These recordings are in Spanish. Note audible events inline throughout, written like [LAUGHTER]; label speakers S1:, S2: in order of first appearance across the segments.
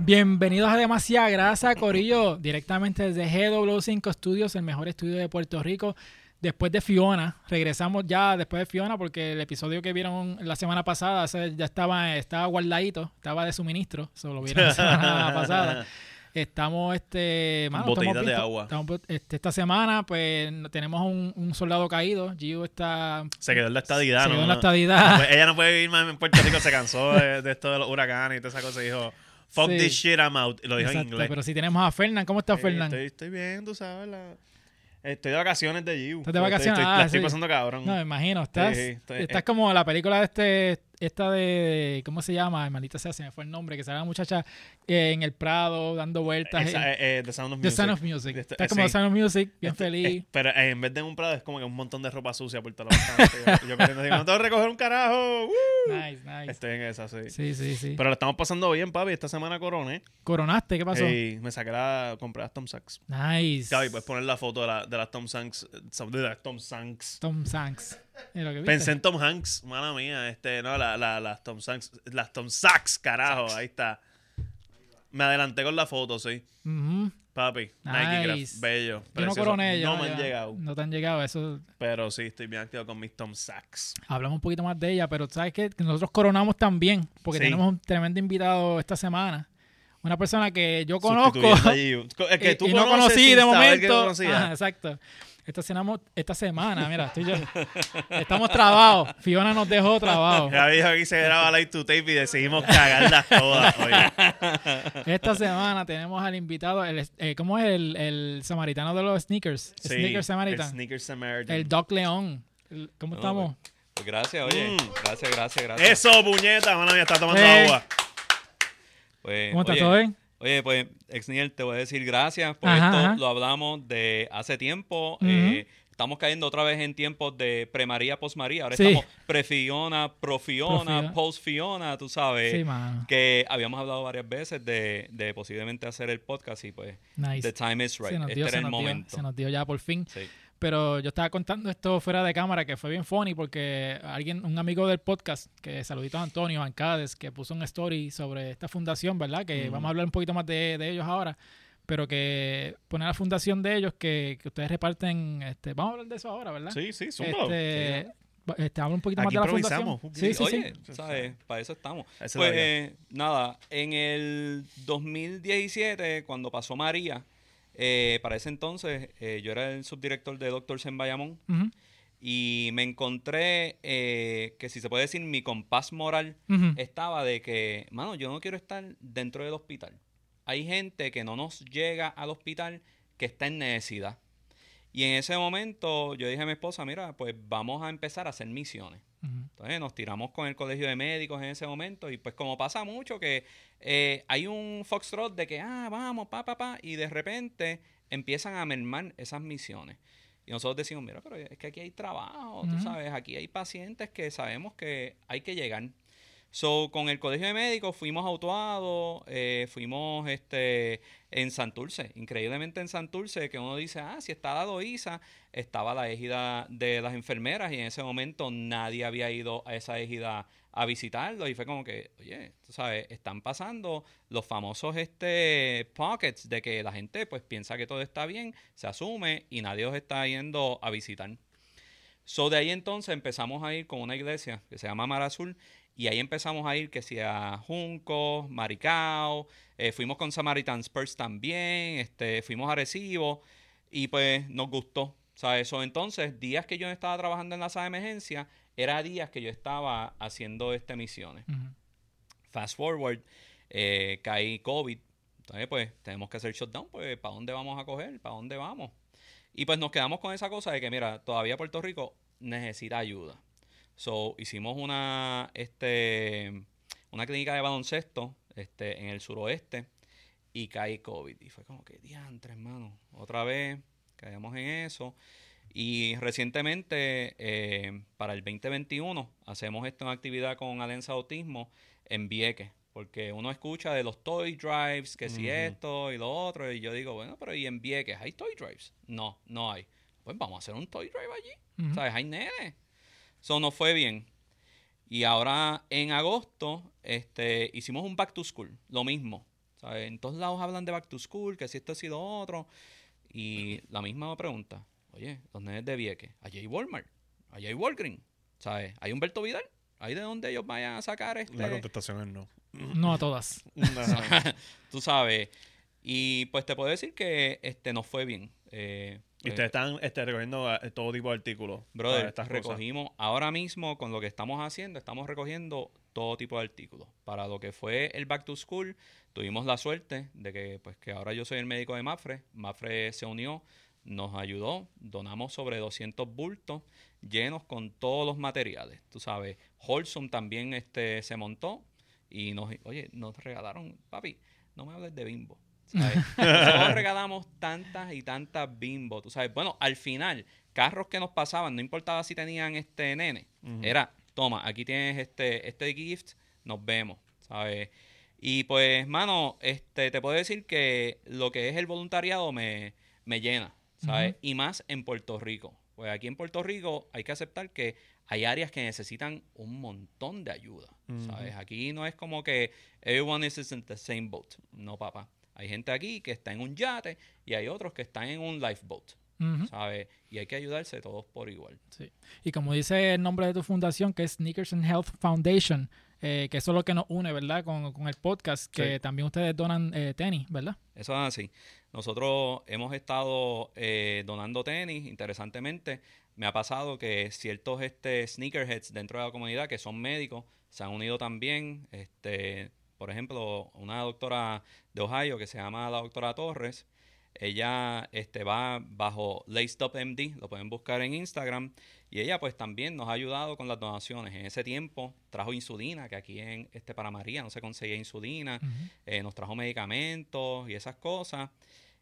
S1: Bienvenidos a Demasiada Grasa, Corillo, directamente desde GW5 Studios, el mejor estudio de Puerto Rico. Después de Fiona, regresamos ya después de Fiona, porque el episodio que vieron la semana pasada se- ya estaba, estaba guardadito, estaba de suministro, solo lo vieron la
S2: [LAUGHS]
S1: semana pasada. Estamos, este, mano, estamos
S2: Botellitas de
S1: pistos.
S2: agua.
S1: Estamos- este, esta semana, pues, no- tenemos un, un soldado caído. Gio está...
S2: Se quedó en la estadidad,
S1: se
S2: ¿no?
S1: quedó en la
S2: No,
S1: estadidad.
S2: pues ella no puede vivir más en Puerto Rico, se cansó de, de esto de los huracanes y todas esas cosas. y Dijo, fuck
S1: Sí.
S2: this shit, I'm out. Y lo dijo
S1: Exacto,
S2: en inglés.
S1: pero si tenemos a Fernán, ¿cómo está
S2: Eh,
S1: Fernán?
S2: Estoy, estoy bien, tú sabes. la- Estoy de vacaciones de Giu.
S1: ¿Estás de
S2: Estoy-
S1: vacaciones?
S2: estoy-
S1: Ah,
S2: la estoy
S1: sí.
S2: pasando cabrón.
S1: No, me imagino, estás,
S2: Sí, estoy- eh.
S1: estás como la película de este, esta de, ¿cómo se llama? Ay, Maldita sea, se me fue el nombre, que sale la muchacha eh, en el Prado dando vueltas.
S2: Esa-
S1: eh,
S2: eh, eh, The Sound of
S1: The
S2: Music.
S1: Sound of Music.
S2: Este-
S1: Estás como
S2: sí.
S1: The Sound of Music, bien
S2: Este-
S1: feliz.
S2: eh, pero eh, en vez de en un prado es como que un montón de ropa sucia por todos los cantos. Yo corriendo así, no tengo que recoger un carajo. ¡Uh!
S1: Nice, nice.
S2: Estoy en esa, sí.
S1: Sí, sí, sí.
S2: eh. Pero lo estamos pasando bien, papi. Esta semana coroné. eh,
S1: ¿Coronaste? ¿Qué pasó?
S2: Y me saqué la... Compré las Tom Sachs.
S1: Nice.
S2: Gaby, pues, puedes poner la foto de, la- de las Tom Sanks. De las Tom Sanks.
S1: Tom Sanks. Es lo que viste.
S2: Pensé en Tom Hanks, mala mía. Este, no, la- la- las Tom Sanks. Las Tom Sachs, carajo. Ahí está. Me adelanté con la foto, sí.
S1: Ujú.
S2: Papi,
S1: Nice.
S2: Nike Graph, bello.
S1: Yo no
S2: precioso.
S1: coroné. yo
S2: No me han llegado.
S1: No te han llegado, eso...
S2: Pero sí, estoy bien activo con mis Tom Sachs.
S1: Hablamos un poquito más de ella, pero sabes qué? que nosotros coronamos también, porque
S2: Sí.
S1: tenemos un tremendo invitado esta semana. Una persona que yo conozco.
S2: Sustituyendo a Gio.
S1: [LAUGHS]
S2: Es que
S1: y-
S2: tú
S1: y no
S2: conoces
S1: conocí
S2: sin
S1: de
S2: saber que
S1: momento. Ah,
S2: conocías.
S1: Ajá, exacto. Esta, cenamos- esta semana, mira, estoy yo- [LAUGHS] estamos trabados. Fiona nos dejó trabados.
S2: Gaby dijo que aquí se graba Light to Tape y decidimos cagarlas todas. Oye.
S1: Esta semana tenemos al invitado, el, es- eh, ¿cómo es el, el samaritano de los sneakers? [LAUGHS]
S2: Sí,
S1: Sneaker
S2: El
S1: Samaritan. El,
S2: Sneaker Oh, Samaritan.
S1: Doc León. El- ¿Cómo
S3: No,
S1: estamos?
S3: Pues gracias, oye.
S2: Mm.
S3: Gracias, gracias, gracias.
S2: Eso, puñeta. Mano, ya está tomando
S1: Eh.
S2: agua. eh,
S3: Pues,
S1: ¿Cómo estás?
S3: oye,
S1: ¿Todo bien?
S3: Oye, pues, Exniel, te voy a decir gracias por
S1: Ajá,
S3: esto.
S1: ajá.
S3: Lo hablamos de hace tiempo.
S1: Ujú.
S3: eh, estamos cayendo otra vez en tiempos de pre-María, post-María. Ahora
S1: Sí.
S3: estamos pre-Fiona, pro-Fiona,
S1: Pro-Fiona.
S3: post-Fiona, tú
S2: eh,
S3: sabes.
S1: Sí, mano.
S3: que habíamos hablado varias veces de, de posiblemente hacer el podcast y pues,
S1: Nice.
S3: the time is right.
S1: Se nos
S3: este
S1: dio,
S3: era
S1: se
S3: el
S1: nos dio,
S3: momento.
S1: se nos dio ya por fin.
S3: Sí.
S1: Pero yo estaba contando esto fuera de cámara, que fue bien funny, porque alguien, un amigo del podcast, que saludito a Antonio Ancades, que puso un story sobre esta fundación, ¿verdad? Que
S2: Mm.
S3: Ujú.
S1: vamos a hablar un poquito más de, de ellos ahora, pero que pone la fundación de ellos, que, que ustedes reparten, este, vamos a hablar de eso ahora, ¿verdad?
S2: Sí, sí, zumba.
S1: Este, va- este, habla un poquito
S2: Aquí
S1: más de la fundación.
S2: improvisamos.
S1: Sí, sí, sí.
S3: Oye, ¿sabes? Para eso estamos.
S2: Esa es la
S3: Pues
S2: vida.
S3: eh, nada, en el 2017, cuando pasó María, eh, para ese entonces eh, yo era el subdirector de Doctors en Bayamón
S1: Ujú,
S3: y me encontré eh, que, si se puede decir, mi compás moral
S1: ujú.
S2: Eh,
S3: estaba de que, mano, yo no quiero estar dentro del hospital. Hay gente que no nos llega al hospital que está en necesidad. Y en ese momento yo dije a mi esposa, mira, pues vamos a empezar a hacer misiones.
S1: Ujú.
S3: Entonces nos tiramos con el colegio de médicos en ese momento y pues como pasa mucho que eh, hay un foxtrot de que, ah, vamos, pa, pa, pa, y de repente empiezan a mermar esas misiones. Y nosotros decimos, mira, pero es que aquí hay trabajo, tú
S1: Ujú.
S3: sabes, aquí hay pacientes que sabemos que hay que llegar. So, con el colegio de médicos fuimos a Utuado, eh, fuimos este, en Santurce, increíblemente en Santurce, que uno dice, ah, si está la doisa, estaba la égida de las enfermeras y en ese momento nadie había ido a esa égida a visitarlo y fue como que, oye, tú sabes, están pasando los famosos este pockets de que la gente pues piensa que todo está bien, se asume y nadie os está yendo a visitar. So de ahí entonces empezamos a ir con una iglesia que se llama Mar Azul y ahí empezamos a ir que sea Junco, Maricao, eh, fuimos con Samaritan Spurs también, este, fuimos a Arecibo y pues nos gustó. ¿sabes? So, entonces, días que yo estaba trabajando en la sala de emergencia, era días que yo estaba haciendo este misiones.
S1: Ujú.
S3: Fast forward, eh, cae COVID. Entonces, pues, tenemos que hacer shutdown, pues, ¿para dónde vamos a coger? ¿Para dónde vamos? Y pues nos quedamos con esa cosa de que, mira, todavía Puerto Rico necesita ayuda. So, hicimos una, este, una clínica de baloncesto este, en el suroeste y cae COVID. Y fue como que, diantre, hermano, otra vez caíamos en eso. Y recientemente, eh, para el 2021, hacemos esta actividad con Alianza Autismo en Vieques. Porque uno escucha de los toy drives, que si
S2: Ujú.
S3: esto y lo otro, y yo digo, bueno, pero ¿y en Vieques hay toy drives? No, no hay. Pues vamos a hacer un toy drive allí.
S1: Ujú.
S3: ¿Sabes? Hay nene. Eso no fue bien. Y ahora en agosto este, hicimos un back to school, lo mismo. ¿sabes? En todos lados hablan de back to school, que si esto ha sido otro. Y la misma pregunta, oye, los nenes de Vieques, allá hay Walmart, allá hay Walgreens, ¿sabes? Hay Humberto Vidal, ahí de donde ellos vayan a sacar este...
S1: eh,
S2: La contestación es no.
S1: No a todas.
S3: [LAUGHS]
S2: No.
S3: Tú sabes. Y pues te puedo decir que este nos fue bien. Eh,
S2: Y
S3: eh,
S2: ustedes están este, recogiendo eh, todo tipo de artículos.
S3: Brother,
S2: para estas cosas.
S3: recogimos ahora mismo con lo que estamos haciendo, estamos recogiendo todo tipo de artículos. Para lo que fue el Back to School, tuvimos la suerte de que, pues, que ahora yo soy el médico de Mafre. Mafre se unió, nos ayudó, donamos sobre 200 bultos llenos con todos los materiales. Tú sabes, Holson también este, se montó y nos, oye, nos regalaron, papi, no me hables de bimbo. ¿sabes?
S2: [LAUGHS]
S3: Nosotros regalamos tantas y tantas bimbo, tú sabes. Bueno, al final, carros que nos pasaban, no importaba si tenían este nene, era, toma, aquí tienes este, este gift, nos vemos, ¿sabes? Y pues, mano, este, te puedo decir que lo que es el voluntariado me, me llena, ¿sabes?
S1: Ujú.
S3: Y más en Puerto Rico. Pues aquí en Puerto Rico hay que aceptar que hay áreas que necesitan un montón de ayuda, ¿sabes? Aquí no es como que everyone is in the same boat. No, papá. Hay gente aquí que está en un yate y hay otros que están en un lifeboat,
S1: Ujú.
S3: ¿sabes? Y hay que ayudarse todos por igual.
S1: Sí. Y como dice el nombre de tu fundación, que es Sneakers and Health Foundation, eh, que eso es lo que nos une, ¿verdad? Con, con el podcast, que
S2: Sí.
S1: también ustedes donan eh, tenis, ¿verdad?
S3: Eso es así. Nosotros hemos estado eh, donando tenis, interesantemente. Me ha pasado que ciertos este, sneakerheads dentro de la comunidad que son médicos se han unido también. Este, por ejemplo, una doctora de Ohio que se llama la doctora Torres. Ella este, va bajo Laced Up MD, lo pueden buscar en Instagram. Y ella pues también nos ha ayudado con las donaciones. En ese tiempo trajo insulina, que aquí en este para María no se conseguía insulina eh, nos trajo medicamentos y esas cosas.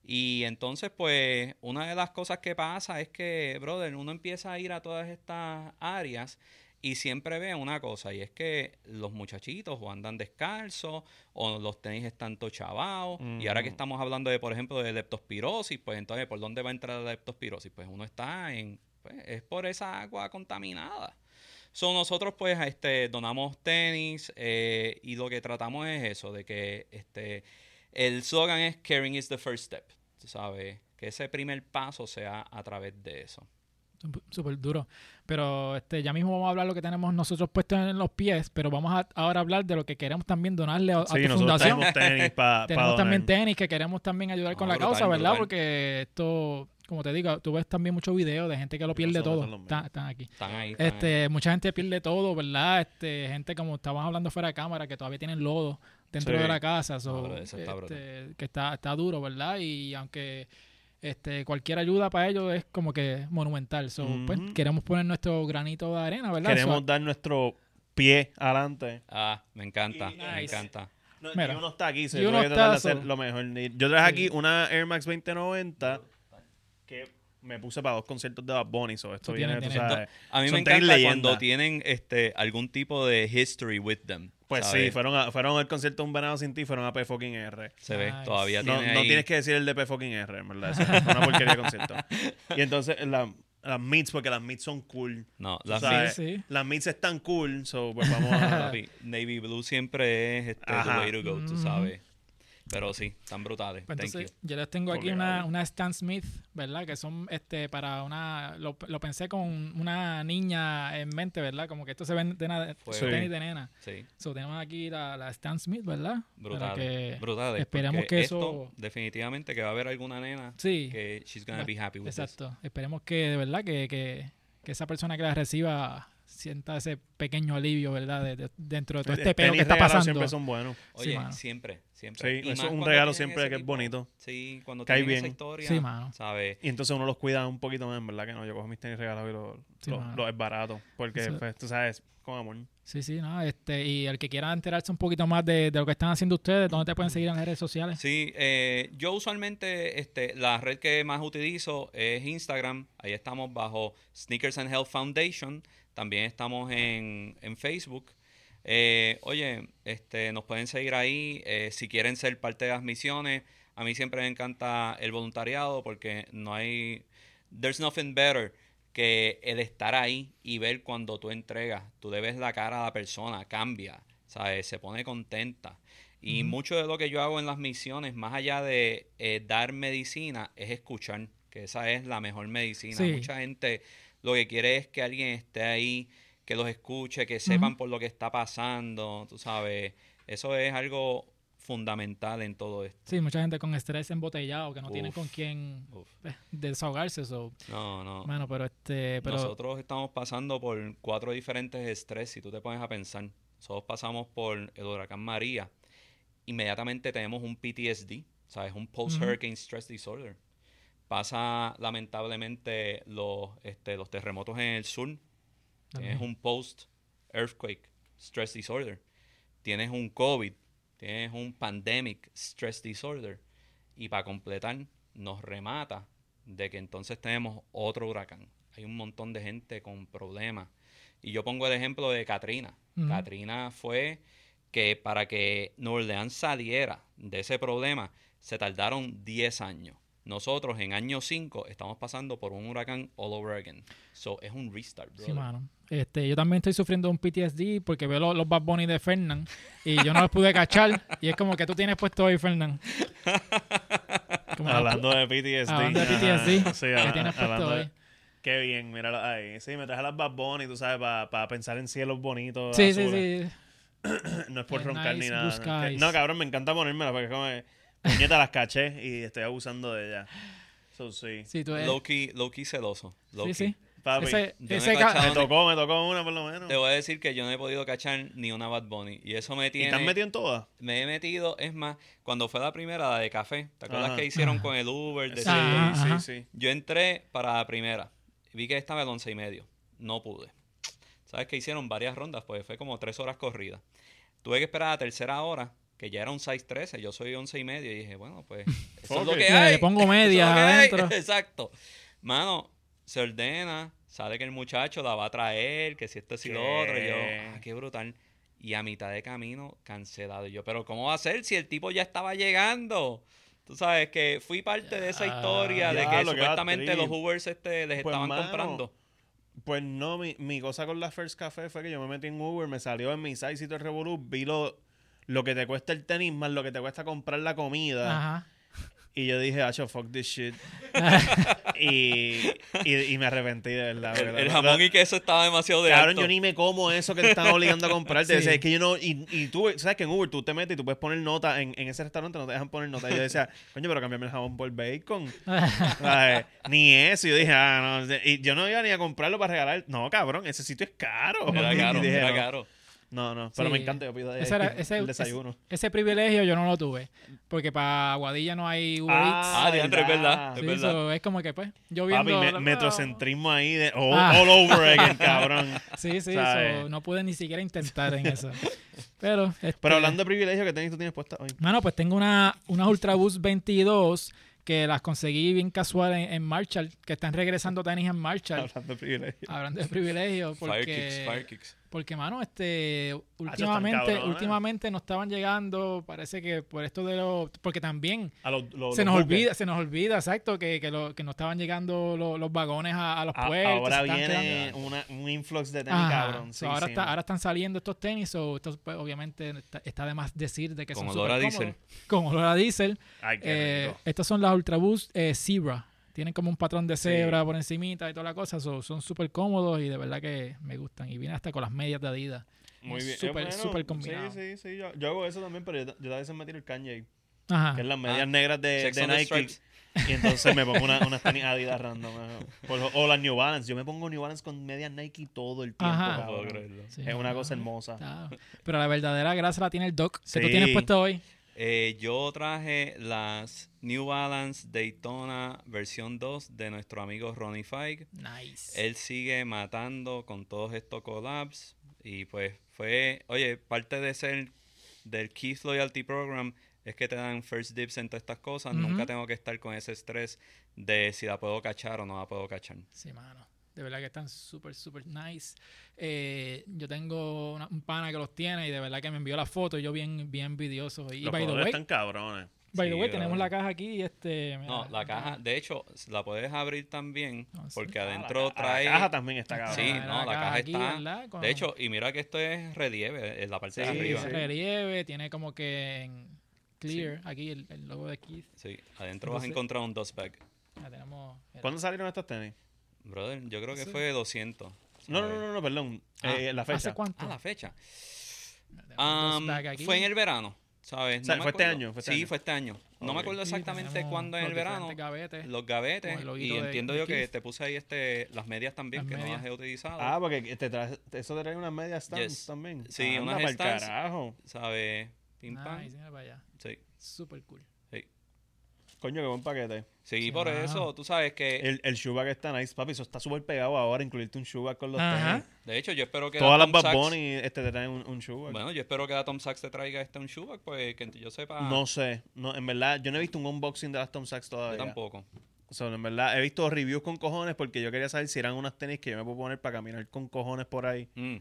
S3: Y entonces, pues, una de las cosas que pasa es que, brother, uno empieza a ir a todas estas áreas y siempre ve una cosa, y es que los muchachitos o andan descalzos, o los tenis están tochabados, y ahora que
S2: Mm.
S3: estamos hablando de, por ejemplo, de leptospirosis, pues entonces, ¿por dónde va a entrar la leptospirosis? Pues uno está en, pues, es por esa agua contaminada. So, nosotros pues este, donamos tenis eh, y lo que tratamos es eso, de que este, el slogan es Caring is the first step, tú sabes, que ese primer paso sea a través de eso.
S1: Sup- Súper duro. Pero este, ya mismo vamos a hablar lo que tenemos nosotros puesto en los pies, pero vamos a ahora hablar de lo que queremos también donarle a, a
S2: Sí,
S1: tu
S2: nosotros
S1: fundación.
S2: tenemos tenis para
S1: [LAUGHS] Tenemos también tenis que queremos también ayudar con
S3: Ah,
S1: la
S3: brutal,
S1: causa, ¿verdad?
S3: brutal.
S1: Porque esto, como te digo, tú ves también muchos videos de gente que lo
S2: Y
S1: pierde
S2: nosotros
S1: todo.
S2: también.
S1: Están, están aquí.
S3: Están ahí. están ahí.
S1: Este, mucha gente pierde todo, ¿verdad? Este, gente como estábamos hablando fuera de cámara, que todavía tienen lodo dentro
S2: Sí.
S1: de la casa. so,
S3: No, pero eso está brutal.
S1: este, que está, está duro, ¿verdad? Y aunque este, cualquier ayuda para ellos es como que monumental. So, pues,
S2: Ujú.
S1: queremos poner nuestro granito de arena, ¿verdad?
S2: Queremos
S1: So,
S2: dar nuestro pie adelante.
S3: Ah, me encanta,
S2: Y-
S3: me
S2: Nice.
S3: encanta.
S2: No,
S1: Mira.
S2: y uno está aquí, se
S1: Y uno
S2: puede tratar de
S1: está,
S2: hacer
S1: so-
S2: lo mejor. Ni- Yo traje
S1: Sí.
S2: aquí una Air Max 2090 que me puse para dos conciertos de Bad Bunny. so esto
S1: Eso
S2: viene,
S1: tiene-
S2: tú
S1: tiene-
S2: sabes.
S3: A mí me
S2: Eh, son tres
S3: encanta cuando
S2: leyendas.
S3: tienen este, algún tipo de history with them.
S2: Pues sí,
S3: ¿sabes?
S2: fueron, a- fueron al concierto de Un Verano Sin Ti, fueron a P fucking R.
S3: Se ve,
S1: Nice.
S3: todavía
S2: No,
S3: tiene
S2: no
S3: ahí-
S2: tienes que decir el de P fucking R, en verdad. Eso es una porquería de concierto. Y entonces eh, la- las meets, porque las meets son cool.
S3: No,
S2: tú
S3: las
S2: sabes.
S1: Sí, sí.
S2: Las meets están cool, so pues vamos a...
S3: [LAUGHS] Papi, Navy Blue siempre es este, the
S2: Ajá.
S3: way to go, tú
S1: Ujú.
S3: sabes. Pero sí, tan brutales.
S1: Mm. pues,
S3: Thank you.
S1: entonces, yo les tengo aquí
S2: Obligado.
S1: una, una Stan Smith, ¿verdad? Que son este para una. Lo, lo pensé con una niña en mente, ¿verdad? Como que esto se ven de, nada-
S3: Fue-
S1: tenis de nena.
S3: Sí,
S1: So, tenemos aquí la, la Stan Smith, ¿verdad? Para
S3: brutales.
S1: que-
S3: brutales,
S1: esperamos
S3: porque
S1: que
S3: esto,
S1: eso-
S3: definitivamente que va a haber alguna nena
S1: Sí.
S3: que she's gonna be happy with this.
S1: Exacto. Esperemos que de verdad que, que- que esa persona que la reciba sienta ese pequeño alivio, ¿verdad? De- de- dentro de todo este peo
S2: Tenis
S1: que está
S2: regalados
S1: pasando.
S2: siempre son buenos.
S1: Sí,
S3: Oye,
S1: mano.
S3: siempre, siempre.
S2: Sí, eso
S3: Y más
S2: es un
S3: cuando
S2: regalo
S3: tienen
S2: siempre
S3: ese
S2: que es
S3: tipo-
S2: bonito.
S3: Sí, cuando
S2: Cae
S3: tienen esa
S2: bien.
S3: historia,
S1: Sí, mano.
S3: ¿sabes?
S2: Y entonces uno los cuida un poquito más, en verdad que no. Yo cojo mis tenis regalados y los
S1: Sí,
S2: los-
S1: mano.
S2: los desbarato. Porque,
S1: Eso-
S2: pues, tú sabes, con amor.
S1: Sí, sí, no, este, y el que quiera enterarse un poquito más de, de lo que están haciendo ustedes, ¿dónde te pueden seguir en las redes sociales?
S3: Sí, eh, yo usualmente este, la red que más utilizo es Instagram. Ahí estamos bajo Sneakers and Health Foundation. También estamos en, en Facebook. Eh, oye, este, nos pueden seguir ahí eh, si quieren ser parte de las misiones. A mí siempre me encanta el voluntariado porque no hay... There's nothing better que el estar ahí y ver cuando tú entregas. Tú debes la cara a la persona, cambia, ¿sabes? Se pone contenta. Y mucho de lo que yo hago en las misiones, más allá de eh, dar medicina, es escuchar, que esa es la mejor medicina.
S1: Sí.
S3: Mucha gente lo que quiere es que alguien esté ahí, que los escuche, que sepan por lo que está pasando, tú sabes. Eso es algo fundamental en todo esto.
S1: Sí, mucha gente con estrés embotellado, que no tienen
S3: Uf.
S1: con quién
S3: Uf.
S1: eh, desahogarse. So.
S3: No, no.
S1: Bueno, pero este. Pero,
S3: Nosotros estamos pasando por cuatro diferentes estrés, si tú te pones a pensar. Nosotros pasamos por el huracán María. Inmediatamente tenemos un PTSD, ¿sabes? Un Post-Hurricane Stress Disorder. Pasa lamentablemente los, este, los terremotos en el sur. Tienes
S1: también.
S3: un Post-Earthquake Stress Disorder. Tienes un COVID. Tienes un Pandemic Stress Disorder. Y para completar, nos remata de que entonces tenemos otro huracán. Hay un montón de gente con problemas. Y yo pongo el ejemplo de Katrina.
S1: Ujú.
S3: Katrina fue que para que Nueva Orleans saliera de ese problema, se tardaron 10 años. Nosotros en año 5 estamos pasando por un huracán all over again. So, es un restart,
S1: Sí,
S3: brother.
S1: mano. Este, yo también estoy sufriendo un PTSD porque veo lo- los, Bad Bunny de Fernand y yo no los pude cachar. Y es como que tú tienes puesto hoy,
S3: [LAUGHS]
S1: Fernand. Como la-
S2: Hablando de
S1: [LAUGHS]
S2: PTSD.
S1: Hablando de
S2: Ajá,
S1: PTSD,
S2: sí,
S1: que
S2: ajá,
S1: tienes puesto
S2: hablando de-
S1: hoy.
S2: Qué bien, míralo ahí. Sí, me traje las Bad Bunny, tú sabes, para pensar en cielos bonitos.
S1: Sí, sí,
S2: azules.
S1: sí.
S2: No es por
S1: Eh,
S2: roncar
S1: nice
S2: ni nada.
S1: blue
S2: no, es que-
S1: skies.
S2: no, cabrón, me encanta ponérmela porque es como que, puñeta las caché y estoy abusando de ella. So, sí.
S1: Sí, tú eres.
S3: Low-key, low-key celoso.
S1: sí,
S3: low-key.
S1: sí.
S2: Papi,
S1: Ese,
S3: yo no he
S1: ese ca-
S3: cachado.
S2: me tocó, me tocó una por lo menos.
S3: Te voy a decir que yo no he podido cachar ni una Bad Bunny. Y eso me
S2: ¿Y te has
S3: tiene...
S2: metido en todas?
S3: Me he metido, es más, cuando fue la primera, la de café. ¿Te acuerdas
S2: Ajá.
S3: que hicieron
S1: Ajá.
S3: con el Uber? de
S2: Sí,
S1: Ajá,
S2: sí,
S1: Ah, ajá.
S2: sí.
S3: Yo entré para la primera. Vi que estaba el once y medio. No pude. ¿Sabes que hicieron? Varias rondas, pues fue como tres horas corridas. Tuve que esperar a la tercera hora, que ya era un 6.13, yo soy once y medio, y dije, bueno, pues eso es lo
S2: Fuck
S3: que
S2: it.
S1: Le
S3: hay.
S1: pongo
S3: eso es lo
S1: medias
S3: que hay.
S1: adentro.
S3: [LAUGHS] Exacto. Mano, se ordena, sale que el muchacho la va a traer, que si esto, si lo otro, y yo,
S2: ¿Qué?
S3: ah, qué brutal. Y a mitad de camino, cancelado. Y yo, pero ¿cómo va a ser si el tipo ya estaba llegando? Tú sabes que fui parte de esa
S1: Ya,
S3: historia de
S2: ya,
S3: que
S2: lo que da
S3: supuestamente
S2: trip.
S3: los Ubers este, les
S2: Pues,
S3: estaban
S2: mano,
S3: comprando.
S2: Pues no, mi, mi cosa con la First Café fue que yo me metí en Uber, me salió en mi site y todo el revolú, vi lo, lo que te cuesta el tenis más lo que te cuesta comprar la comida.
S1: Ajá.
S2: Y yo dije, acho, fuck this shit.
S1: [LAUGHS]
S2: y, y, y me arrepentí de verdad.
S3: El,
S2: ¿verdad?
S3: el
S2: Lo-
S3: jamón y queso estaba demasiado de
S2: Cabrón,
S3: alto.
S2: yo ni me como eso que te están obligando a
S3: [LAUGHS]
S2: comprarte.
S1: Sí.
S2: O sea, es que yo no. Y, y tú, sabes que en Uber tú te metes y tú puedes poner nota. En, en ese restaurante no te dejan poner nota. Y yo
S3: [LAUGHS]
S2: decía, coño, pero cambiame el jamón por bacon. Ay, ni eso. Y yo dije, ah, no. Y yo no iba ni a comprarlo para regalar. No, cabrón, ese sitio es caro.
S3: Era
S2: Y [LAUGHS]
S3: caro,
S2: dije,
S3: era
S2: no,
S3: caro.
S2: No, no, pero me
S1: Sí.
S2: encanta. Yo pido de ahí
S1: Ese era- ese-
S2: el desayuno.
S1: Ese privilegio yo no lo tuve. Porque para Aguadilla no hay Uber Eats.
S3: Ah, diantre, es verdad.
S1: Sí,
S3: es verdad.
S1: so, es como que pues, yo
S2: Papi,
S1: viendo...
S2: me-
S1: la-
S2: metrocentrismo ahí de all,
S1: Ah.
S2: all over
S1: [LAUGHS]
S2: again, cabrón.
S1: Sí, sí,
S2: ¿sabes?
S1: so, no pude ni siquiera intentar en
S3: [LAUGHS]
S1: eso. Pero, este,
S2: Pero hablando de privilegio que tenis tú tienes puesta hoy.
S1: Mano, pues tengo una, unas Ultraboost 22 que las conseguí bien casual en, en Marshall, que están regresando tenis en Marshall.
S2: Hablando de privilegio.
S1: Hablando de privilegio, porque,
S3: Fire kicks, fire kicks.
S1: porque mano, este, últimamente,
S2: cabrones.
S1: últimamente no estaban llegando, parece que por esto de los, porque también
S2: A los- los-
S1: se nos
S2: los buques.
S1: olvida, se nos olvida, exacto, que, que, lo- que no estaban llegando lo- los vagones a, a los
S2: A-
S1: puertos.
S2: Ah, ahora
S1: se están quedando-
S2: viene una- un influx de tenis,
S1: Ajá,
S2: cabrón.
S1: so
S2: Sí,
S1: ahora,
S2: sí,
S1: está-
S2: man.
S1: ahora están saliendo estos tenis, o esto, pues, obviamente está, está de más decir de que
S3: Con
S1: son
S3: olor a
S1: supercómodos. Con olor a diésel.
S2: Ay, qué
S1: Eh,
S2: rico.
S1: estas son las Ultraboost eh, Zebra. Tienen como un patrón de
S2: Sí.
S1: cebra por encimita y toda la cosa. so, son súper cómodos y de verdad que me gustan. Y viene hasta con las medias de Adidas.
S2: Muy
S1: es
S2: bien. Eh,
S1: súper, súper combinado.
S2: Sí, sí, sí. Yo, yo hago eso también, pero yo, yo a veces me tiro el Kanye,
S1: Ajá.
S2: que es las medias
S3: Ah.
S2: negras de,
S3: Sex
S2: Eh, de
S3: on the
S2: Nike.
S3: Stripes.
S2: Y entonces me pongo una- unas tenis Adidas random. ajá. Por lo- o las New Balance. Yo me pongo New Balance con medias Nike todo el tiempo.
S1: Ajá.
S3: No
S2: cabrón.
S3: puedo creerlo.
S1: Sí,
S2: es una
S1: no,
S2: cosa
S1: no,
S2: hermosa.
S1: está. Pero la verdadera grasa la tiene el Doc, que tú
S2: Sí.
S1: tienes puesto hoy.
S3: Eh, yo traje las New Balance Daytona versión 2 de nuestro amigo Ronnie Fike.
S1: Nice.
S2: Eh.
S3: Él sigue matando con todos estos collabs. Y pues fue, oye, parte de ser del Keith Loyalty Program es que te dan first dips en todas estas cosas. Nunca
S1: Ujú.
S3: tengo que estar con ese estrés de si la puedo cachar o no la puedo cachar.
S1: Sí, mano. De verdad que están súper, súper nice. Eh, yo tengo una- un pana que los tiene y de verdad que me envió la foto. y Yo bien, bien envidioso. Y
S2: Los
S1: by the
S2: colores
S1: way,
S2: están cabrones.
S1: By the
S3: Sí,
S1: way, tenemos
S3: brother.
S1: la caja aquí y este... mira.
S3: No, la caja, de hecho, la puedes abrir también
S1: Ah, sí.
S3: porque
S2: Ah, Ah, la
S3: adentro
S2: ca-
S3: trae...
S2: La caja también está cabrón.
S3: Sí,
S1: Ah,
S3: no, la caja
S1: aquí,
S3: está-
S1: ¿verdad? Con
S3: De hecho, y mira que esto es relieve en la parte de
S2: Sí,
S3: arriba.
S2: sí.
S1: relieve, tiene como que en clear, aquí el, el logo de Keith.
S3: Sí, adentro vas a
S1: Entonces-
S3: encontrar un dust bag.
S1: La tenemos...
S2: ¿Cuándo salieron estos tenis?
S3: Brother, yo creo que
S1: Sí.
S3: fue 200.
S2: No, no, no, no, perdón.
S3: Ah,
S2: Eh, la fecha.
S1: ¿Hace cuánto?
S3: Ah, la fecha.
S1: La tenemos
S3: Am,
S1: dos back aquí.
S3: Um, fue en el verano, ¿sabes?
S2: O sea,
S3: me
S2: fue este
S3: acuerdo.
S2: año, fue este
S3: sí,
S2: año.
S3: fue este año. No
S2: Ok.
S3: me acuerdo
S1: Sí,
S3: exactamente
S1: tenemos
S3: cuándo en
S1: los
S3: el verano.
S1: diferentes gavetes.
S3: Los gavetes.
S1: Con el loguito
S3: Y
S1: de-
S3: entiendo
S1: de
S3: yo que
S1: Kif.
S3: te puse ahí este, las medias también,
S1: Las
S3: que
S1: medias.
S3: no las he utilizado.
S2: Ah, porque te trae, eso te trae unas medias stands
S3: Yes.
S2: también.
S3: Sí,
S2: Ah,
S3: unas
S2: anda pa'l
S3: stands.
S2: carajo.
S3: ¿Sabes? Pim pam.
S1: Nice, mira para allá.
S3: Sí.
S1: Super cool.
S3: Sí,
S2: Coño, qué buen paquete.
S3: Sí,
S1: Sí,
S3: por
S1: mano.
S3: eso, tú sabes que.
S2: El, el shoebag está nice, papi. Eso está súper pegado ahora, incluirte un shoebag con los
S1: Ajá.
S2: tenis.
S3: De hecho, yo espero que.
S2: Todas
S3: la
S2: las
S3: Tom
S2: Bad
S3: Sachs-
S2: Bunny este, te traen un, un shoebag.
S3: Bueno, yo espero que la Tom Sachs te traiga este un shoebag, pues que yo sepa.
S2: No sé. No, en verdad, yo no he visto un unboxing de las Tom Sachs
S3: yo
S2: todavía.
S3: tampoco.
S2: O sea, en verdad, he visto reviews con cojones porque yo quería saber si eran unas tenis que yo me puedo poner para caminar con cojones por ahí.
S3: Mm.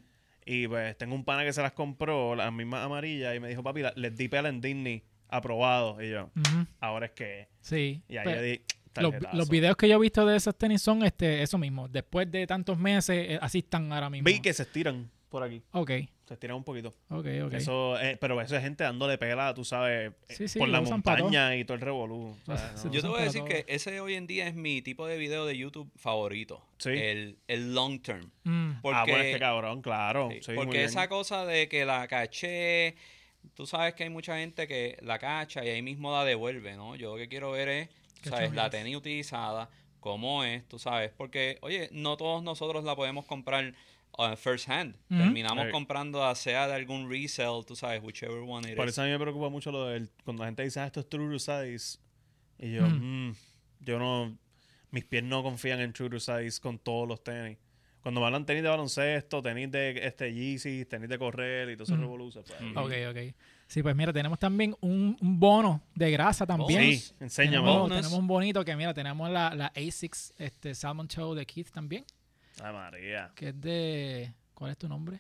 S2: Y pues tengo un pana que se las compró, las mismas amarillas, y me dijo, papi, la- les di pela en Disney, aprobado. Y yo,
S1: Ujú,
S2: ahora es que.
S1: Sí.
S2: Y ahí
S1: pero-
S2: le di.
S1: Pues, los,
S2: tarjetazo.
S1: los videos que yo he visto de esos tenis son este, eso mismo. Después de tantos meses, eh, así están ahora mismo.
S2: Vi que se estiran por aquí.
S1: Ok,
S2: Se estiran un poquito.
S1: ok, ok.
S2: Eso, eh, pero eso es gente dándole pela, tú sabes, eh,
S1: Sí, sí,
S2: por
S1: lo
S2: la
S1: usan para todo.
S2: montaña y todo el revolú. o sea,
S1: [LAUGHS] Sí,
S2: ¿no? Ah,
S3: Yo te
S1: usan
S3: voy a
S1: para
S3: decir
S1: todo.
S3: que ese hoy en día es mi tipo de video de YouTube favorito.
S2: Sí.
S3: El, el long term.
S1: Mm,
S3: Porque,
S2: ah, bueno, este cabrón, claro.
S3: sí,
S2: sí, muy
S3: porque
S2: bien.
S3: esa cosa de que la caché, tú sabes que hay mucha gente que la cacha y ahí mismo la devuelve, ¿no? Yo lo que quiero ver es,
S1: Qué
S3: ¿sabes? La
S1: chulo.
S3: tenis utilizada, cómo es, tú sabes. Porque, oye, no todos nosotros la podemos comprar uh, first hand.
S1: Ujú.
S3: Terminamos
S2: Sí.
S3: comprando, sea de algún resell, tú sabes, whichever one it
S2: Por
S3: is.
S2: eso a mí me preocupa mucho lo del, cuando la gente dice, ah, esto es True to Size. Y yo, "Mm, yo no, mis pies no confían en True to Size con todos los tenis. Cuando me hablan tenis de baloncesto, tenis de este, Yeezy, tenis de correr y todo eso
S1: Mm.
S2: revoluce. pues,
S3: Mm.
S1: ok, ok. Sí, pues mira, tenemos también un, un bono de grasa también.
S3: Bonus.
S2: Oh, Sí, enséñame.
S1: Tenemos,
S3: Bonus.
S1: tenemos un bonito que mira, tenemos la, la A6 este, Salmon Toe de Keith también,
S2: Ay, María.
S1: que es de... ¿cuál es tu
S2: [LAUGHS]
S1: nombre?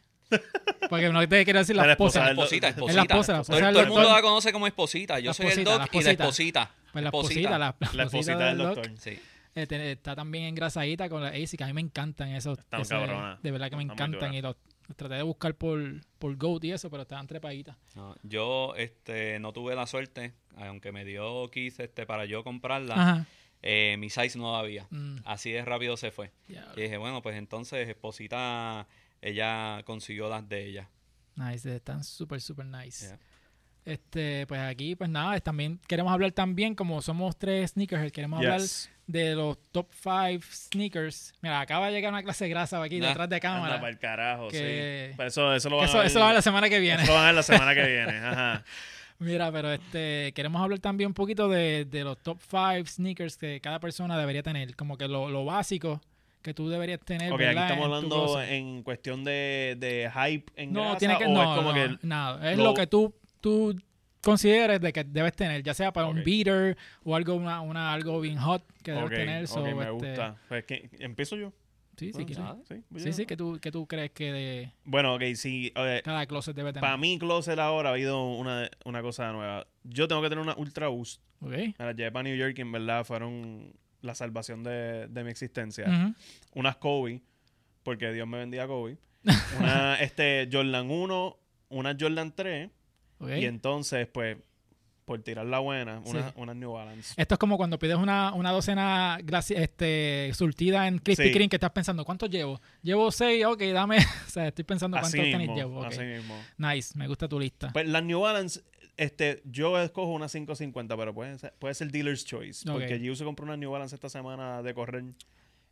S1: Porque no te quiero decir pues,
S2: De
S1: la
S2: la
S1: esposa.
S2: esposa
S3: Esposita,
S2: Es la
S3: esposita.
S1: esposa, la
S3: Todo,
S1: esposa
S3: todo
S1: del
S3: el mundo
S1: doctor.
S3: la conoce como esposita. Yo
S1: La
S3: soy el
S1: esposita,
S3: doc
S1: la
S3: y la
S1: esposita.
S3: esposita.
S1: Pues la esposita, la,
S2: La esposita del doctor.
S3: Sí.
S1: Eh, te- está también engrasadita con la AC, que a mí me encantan esos.
S2: Están
S1: ese-
S2: cabronas.
S1: De verdad que me
S2: Están muy
S1: encantan
S2: duras.
S1: y los, los traté de buscar por, por Goat y eso, pero estaban trepaditas.
S3: No, yo este, no tuve la suerte, aunque me dio Keith este, para yo comprarla,
S1: Ajá.
S3: eh, mi size no había.
S1: Mm,
S3: Así de rápido se fue.
S1: diablo.
S3: Y dije, bueno, pues entonces esposita, ella consiguió las de ella.
S1: Nice, están súper, súper nice.
S3: Yeah.
S1: Este, pues aquí, pues nada, es también queremos hablar también, como somos tres sneakers, queremos hablar
S2: Yes.
S1: de los top 5 sneakers. Mira, acaba de llegar una clase de grasa aquí
S3: Nah,
S1: detrás de cámara.
S2: Anda para el carajo,
S1: que-
S2: sí. Pero eso, eso lo
S1: Que
S2: van
S1: Eso,
S2: a ver.
S1: eso lo va a ver la semana que viene.
S2: [LAUGHS] eso lo van a ver la semana que viene. Ajá.
S1: [LAUGHS] Mira, pero este queremos hablar también un poquito de, de los top 5 sneakers que cada persona debería tener, como que lo, lo básico que tú deberías tener.
S2: Ok, aquí
S1: ¿verdad?
S2: estamos
S1: en tu
S2: hablando
S1: closet.
S2: en cuestión de, de hype en
S1: No,
S2: grasa,
S1: tiene que
S2: o
S1: no,
S2: es como
S1: no,
S2: que
S1: nada, es lo,
S2: lo-
S1: que tú tú consideres de que debes tener, ya sea para un
S2: Ok.
S1: beater o algo una, una algo bien hot que debes
S2: Ok,
S1: tener.
S2: ok,
S1: so,
S2: me
S1: este,
S2: gusta. Pues, ¿qué- ¿Empiezo yo?
S1: Sí, sí,
S2: Ah,
S1: quizás.
S2: sí, voy
S1: sí,
S2: yo.
S1: sí, que tú que tú crees que de
S2: Bueno, ok, sí. oye,
S1: cada closet debe tener.
S2: para mí, Closet ahora ha habido una, una cosa nueva. Yo tengo que tener una Ultra Boost.
S1: Ok.
S2: Me las llevé para New York y en verdad fueron la salvación de, de mi existencia.
S1: Ujú.
S2: Unas Kobe, porque Dios me vendía
S1: [LAUGHS]
S2: Kobe. Una este, Jordan 1, una Jordan 3.
S1: Ok.
S2: Y entonces, pues, por tirar la buena, unas
S1: Sí.
S2: unas New Balance.
S1: Esto es como cuando pides una, una docena glaci- este, surtida en Krispy
S2: Sí.
S1: Kreme que estás pensando, ¿cuánto llevo? Llevo seis, ok, dame. [LAUGHS] o sea, estoy pensando cuántos
S2: Así
S1: tenis
S2: mismo,
S1: llevo. ok.
S2: así mismo.
S1: Nice, me gusta tu lista.
S2: Pues las New Balance, este, yo escojo una 550, pero puede ser, puede ser Dealer's Choice.
S1: Ok.
S2: Porque Giu se compró una New Balance esta semana de correr.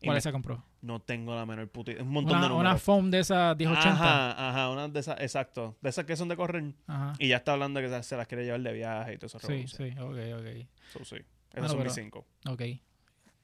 S2: y
S1: ¿Cuál
S2: me-
S1: se compró?
S2: No tengo la menor puta idea. Un montón
S1: Una,
S2: de
S1: una
S2: números.
S1: foam de esas 1080.
S2: Ajá, ajá, una de esas, exacto. De esas que son de correr.
S1: Ajá.
S2: Y ya está hablando que se- se las quiere llevar de viaje y todo eso.
S1: Sí, sí, ok, ok.
S2: So, sí. Esas
S1: Bueno,
S2: son
S1: pero-
S2: mis cinco.
S1: Ok.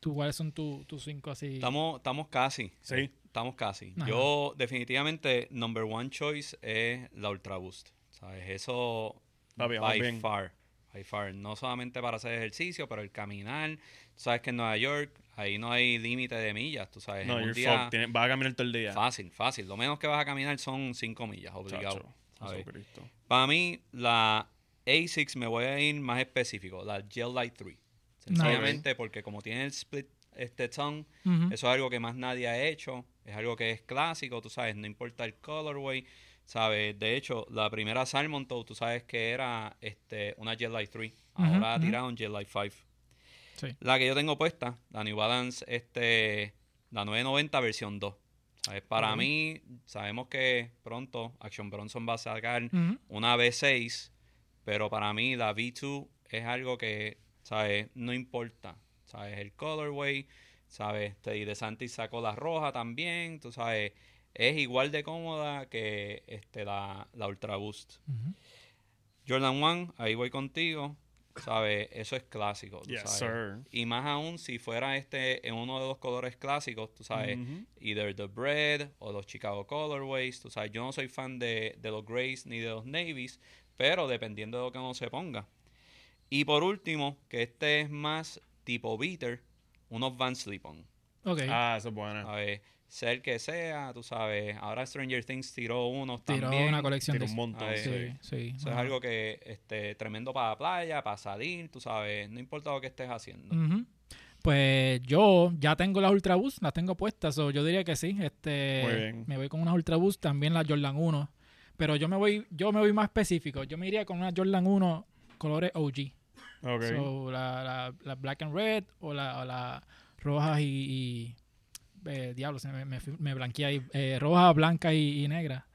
S1: ¿Tú, ¿Cuáles son tu- tus cinco así?
S3: Estamos, estamos casi. Eh,
S2: Sí.
S3: Estamos casi.
S1: Ajá.
S3: Yo definitivamente, number one choice es la Ultra Boost. ¿Sabes? Eso
S2: Papi, vamos
S3: by
S2: bien.
S3: far. By far. No solamente para hacer ejercicio, pero el caminar. Tú sabes que en Nueva York ahí no hay límite de millas. Tú sabes, en
S2: No,
S3: un
S2: you're
S3: día
S2: fucked. Tienes- vas a caminar todo el día.
S3: fácil, fácil. Lo menos que vas a caminar son 5 millas, obligado.
S2: Chacho,
S3: ¿sabes?
S2: Jesucristo.
S3: Para mí, la ASICS me voy a ir más específico, la Gel Light 3. Sencillamente porque como tiene el split este tongue,
S1: Ujú.
S3: eso es algo que más nadie ha hecho, es algo que es clásico, tú sabes, no importa el colorway, ¿sabes? De hecho, la primera Salmon Toe, tú sabes que era este, una Gel Light 3,
S1: Ujú,
S3: ahora
S1: ujú.
S3: tiraron Gel Light 5.
S1: Sí.
S3: La que yo tengo puesta, la New Balance, este, la 990 versión 2. ¿Sabes? Para
S1: Ok.
S3: mí, sabemos que pronto Action Bronson va a sacar
S1: Ujú.
S3: una V6, pero para mí la V2 es algo que, ¿sabes? No importa, ¿sabes? El colorway, ¿sabes? Este, y de Santi sacó la roja también, tú sabes, es igual de cómoda que este, la, la Ultra Boost.
S1: Ujú.
S3: Jordan 1, ahí voy contigo, ¿sabes? Eso es clásico, tú
S2: Yes,
S3: sabes.
S2: sir.
S3: Y más aún si fuera este en uno de los colores clásicos, tú sabes,
S2: Ujú.
S3: either the bread o los Chicago colorways. Tú sabes, yo no soy fan de, de los grays ni de los navies, pero dependiendo de lo que uno se ponga. Y por último, que este es más tipo beater, unos Van Slip-On.
S1: Ok.
S2: Ah, eso es bueno.
S3: ¿sabes? Sea el que sea, tú sabes. Ahora Stranger Things tiró unos
S1: Tiró
S3: también.
S1: una colección
S2: Tiene
S1: de
S2: un montón.
S3: Ay,
S2: sí.
S1: Sí, sí.
S3: Eso es
S1: ajá.
S3: algo que este tremendo para la playa, para salir, tú sabes, no importa lo que estés haciendo.
S1: Ujú. Pues yo ya tengo las Ultra Boost, las tengo puestas, o yo diría que sí. Este,
S2: Muy bien.
S1: Me voy con unas Ultra Boost, también las Jordan 1. Pero yo me voy, yo me voy más específico. Yo me iría con una Jordan 1 colores OG.
S2: Ok.
S1: So, la, la, la black and red o la, o la roja y, y- eh, diablo, se me, me, fui- me blanqueé ahí. Eh, roja, blanca y, y negra.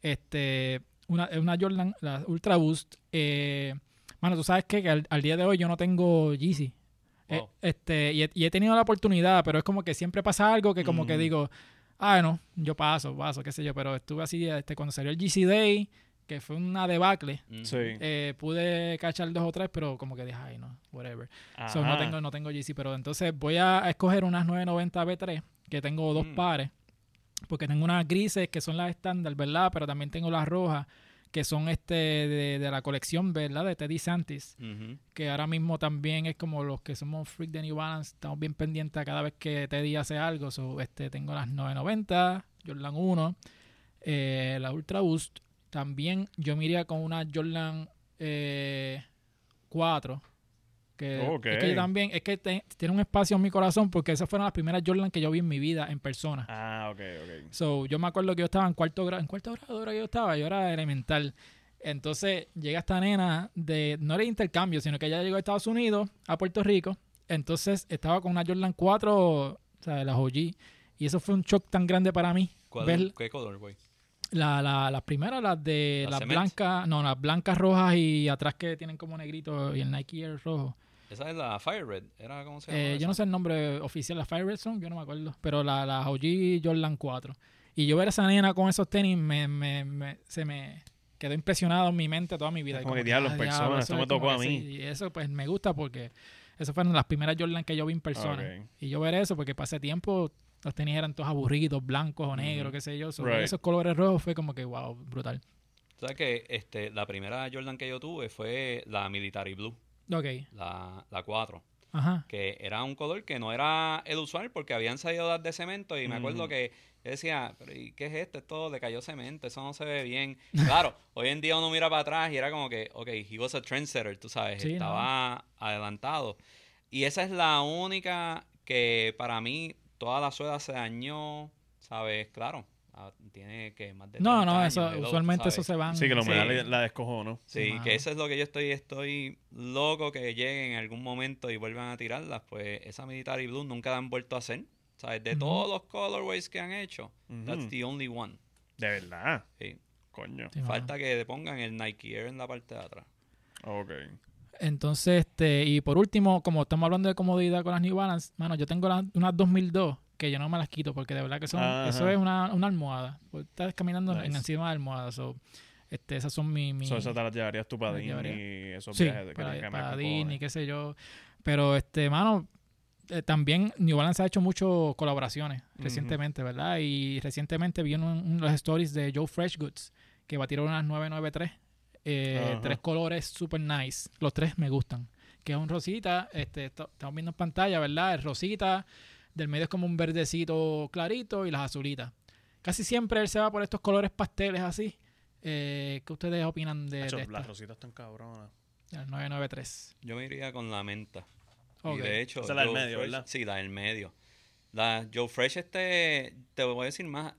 S1: Este, una, una Jordan, la Ultra Boost. Eh, mano, tú sabes qué? que al, al día de hoy yo no tengo Yeezy. Eh,
S3: Wow.
S1: este, y he, y he tenido la oportunidad, pero es como que siempre pasa algo que como que
S2: Ujú.
S1: digo, ah, no, yo paso, paso, qué sé yo, pero estuve así este, cuando salió el Yeezy Day, que fue una debacle.
S3: Mm.
S2: Sí.
S1: Eh, pude cachar dos o tres, pero como que dije, ay, no, whatever. So, no
S2: Ajá.
S1: tengo, no tengo GC, pero entonces voy a escoger unas 990 B3, que tengo dos
S3: Mm.
S1: pares, porque tengo unas grises que son las estándar, ¿verdad? Pero también tengo las rojas, que son este de, de la colección, ¿verdad? De Teddy Santis,
S3: Ujú.
S1: que ahora mismo también es como los que somos freak de New Balance, estamos bien pendientes a cada vez que Teddy hace algo. So, este, tengo las 990, Jordan 1, eh, la Ultra Boost. También yo me iría con una Jordan eh, 4. Que
S2: Ok.
S1: Es que yo también, es que te- tiene un espacio en mi corazón porque esas fueron las primeras Jordan que yo vi en mi vida en persona.
S2: Ah, ok, ok.
S1: So, yo me acuerdo que yo estaba en cuarto grado, en cuarto grado era que yo estaba, yo era elemental. Entonces llega esta nena de, no era intercambio, sino que ella llegó a Estados Unidos, a Puerto Rico. Entonces estaba con una Jordan 4, o sea, de las OG. Y eso fue un shock tan grande para mí.
S3: ¿Cuál-
S1: ver
S3: ¿Qué color, güey?
S1: la, la, las primeras, las de
S3: ¿Las
S1: las
S3: cement?
S1: blancas, no, las blancas rojas y atrás que tienen como negrito y el Nike Air rojo.
S3: Esa es la Fire Red, ¿era cómo se llama?
S1: Eh, yo no sé el nombre oficial, la Fire Red Zone, yo no me acuerdo, pero la, la OG Jordan 4. Y yo ver a esa nena con esos tenis me, me, me- se me quedó impresionado en mi mente toda mi vida.
S2: Es
S1: Y
S2: como que, diablo, en
S1: ah,
S2: persona,
S1: diablo,
S2: esto me
S1: es como
S2: tocó
S1: que
S2: a mí.
S1: sí. Y eso pues me gusta porque esas fueron las primeras Jordan que yo vi en persona.
S2: Ok.
S1: Y yo ver eso porque pasé tiempo los tenis eran todos aburridos, blancos o negros,
S2: Ujú.
S1: qué sé yo. So,
S2: Right.
S1: Esos colores rojos fue como que, wow, brutal.
S3: O sea que este, la primera Jordan que yo tuve fue la Military Blue,
S1: Ok,
S3: la, la 4,
S1: ajá.
S3: que era un color que no era el usual porque habían salido las de cemento y me acuerdo
S2: Ujú.
S3: que yo decía, pero ¿y qué es esto? Esto le cayó cemento, eso no se
S1: [LAUGHS]
S3: ve bien. Claro, hoy en día uno mira para atrás y era como que, ok, he was a trendsetter, tú sabes,
S1: Sí, ¿no?
S3: estaba adelantado. Y esa es la única que para mí toda la suela se dañó, ¿sabes? Claro, ah, tiene que más de 30
S1: No, no,
S3: años,
S1: eso,
S3: hello, tú
S1: usualmente eso
S3: sabes.
S1: se van.
S2: Sí, que la
S3: Sí.
S2: humedad la, la descojó, ¿no?
S1: Sí,
S3: Sí,
S1: mano.
S3: que eso es lo que yo estoy, estoy loco que lleguen en algún momento y vuelvan a tirarlas, pues esa Military Blue nunca la han vuelto a hacer. ¿Sabes? De
S1: Ujú.
S3: todos los colorways que han hecho, that's
S2: Ujú.
S3: the only one.
S2: Mm-hmm. De verdad.
S3: Sí.
S2: Coño.
S1: Sí, mano.
S3: Falta que le pongan el Nike Air en la parte de atrás.
S2: Ok.
S1: Entonces, este, y por último, como estamos hablando de comodidad con las New Balance, mano, yo tengo las- unas 2002 que yo no me las quito porque de verdad que son,
S2: Ajá.
S1: eso es una, una almohada. Pues Estás caminando en-
S2: Nice.
S1: encima de la almohada. so, este, esas son mi- mi-
S2: So, esa te la llevarías tú para
S1: Me llevaría.
S2: Disney y esos
S1: sí,
S2: viajes de que
S1: para,
S2: te queman
S1: para
S2: con
S1: Disney,
S2: cojones.
S1: qué sé yo. Pero, este, mano, eh, también New Balance ha hecho muchas colaboraciones
S2: Ujú.
S1: recientemente, ¿verdad? Y recientemente vi en un- un- los stories de Joe Fresh Goods que va a tirar unas 993. eh,
S2: Ajá.
S1: tres colores super nice. Los tres me gustan. Que es un rosita, este, esto- estamos viendo en pantalla, ¿verdad? El rosita, del medio es como un verdecito clarito y las azulitas. Casi siempre él se va por estos colores pasteles así. Eh, ¿Qué ustedes opinan de,
S2: Hacho,
S1: de
S2: las
S1: esto?
S2: rositas están cabronas.
S1: El 993.
S3: Yo me iría con la menta.
S1: Ok.
S3: Y de hecho,
S2: Esa es la del
S3: Joe
S2: medio,
S3: Fresh-
S2: ¿verdad?
S3: Sí, la del medio. La Joe Fresh, este, te voy a decir más,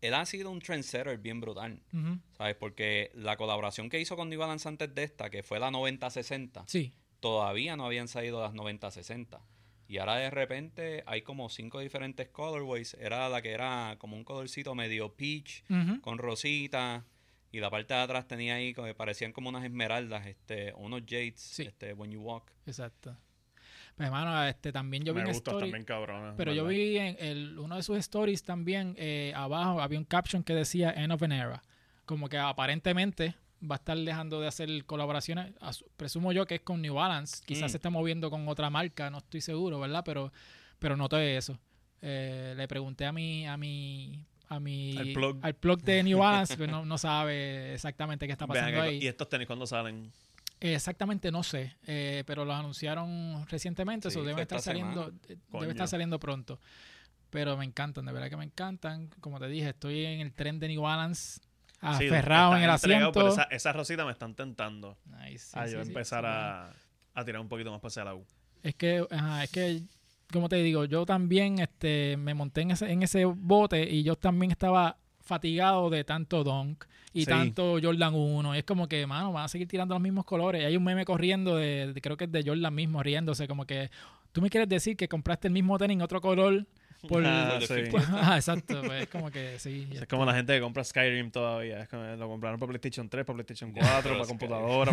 S3: él ha sido un trendsetter bien brutal,
S1: Ujú.
S3: ¿sabes? Porque la colaboración que hizo con New Balance antes de esta, que fue la 90-60,
S1: Sí.
S3: todavía no habían salido las 90-60. Y ahora de repente hay como cinco diferentes colorways. Era la que era como un colorcito medio peach,
S1: Ujú.
S3: con rosita. Y la parte de atrás tenía ahí, como que parecían como unas esmeraldas, este, unos jades,
S1: Sí.
S3: este, when you walk.
S1: Exacto. Pues, hermano, este, también yo vi
S2: me
S1: una
S2: gustan
S1: story-
S2: también cabronas.
S1: Pero yo
S2: ¿verdad?
S1: vi en el- uno de sus stories también, eh, abajo había un caption que decía End of an Era. Como que aparentemente va a estar dejando de hacer colaboraciones. asu- Presumo yo que es con New Balance. Quizás
S3: Mm.
S1: se está moviendo con otra marca, no estoy seguro, ¿verdad? Pero, pero noté eso. Eh, le pregunté a mi, a mi, a mi
S2: Al plug.
S1: de New Balance, pero no, no sabe exactamente qué está
S2: [LAUGHS] Vean
S1: pasando
S2: que-
S1: ahí.
S2: ¿Y estos tenis cuándo salen?
S1: Eh, Exactamente, no sé, eh, pero los anunciaron recientemente,
S3: Sí,
S1: eso deben
S3: fue
S1: estar
S3: esta
S1: saliendo,
S3: semana.
S1: eh,
S2: Coño.
S1: debe estar saliendo pronto. Pero me encantan, de verdad que me encantan. Como te dije, estoy en el tren de New Balance,
S2: Sí,
S1: aferrado
S2: están
S1: en el
S2: entregados,
S1: asiento.
S2: Pero esa, esas rositas me están tentando
S1: Ay, sí,
S2: a
S1: sí,
S2: yo
S1: sí,
S2: empezar
S1: sí, bueno.
S2: a, a tirar un poquito más para allá la U.
S1: Es que, ajá, es que, como te digo, yo también este, me monté en ese, en ese bote y yo también estaba fatigado de tanto Donk y
S2: Sí.
S1: tanto Jordan 1. Y es como que, mano, van a seguir tirando los mismos colores. Y hay un meme corriendo de, de- creo que es de Jordan mismo, riéndose, como que, tú me quieres decir que compraste el mismo tenis en otro color por... [LAUGHS]
S2: [LAUGHS] Ah,
S3: por
S2: sí.
S3: defecto.
S1: por- ajá, exacto, pues, es como que sí.
S2: Es como la gente que compra Skyrim todavía. es como, lo compraron para PlayStation 3, para PlayStation 4, para
S3: Skyrim.
S2: computadora,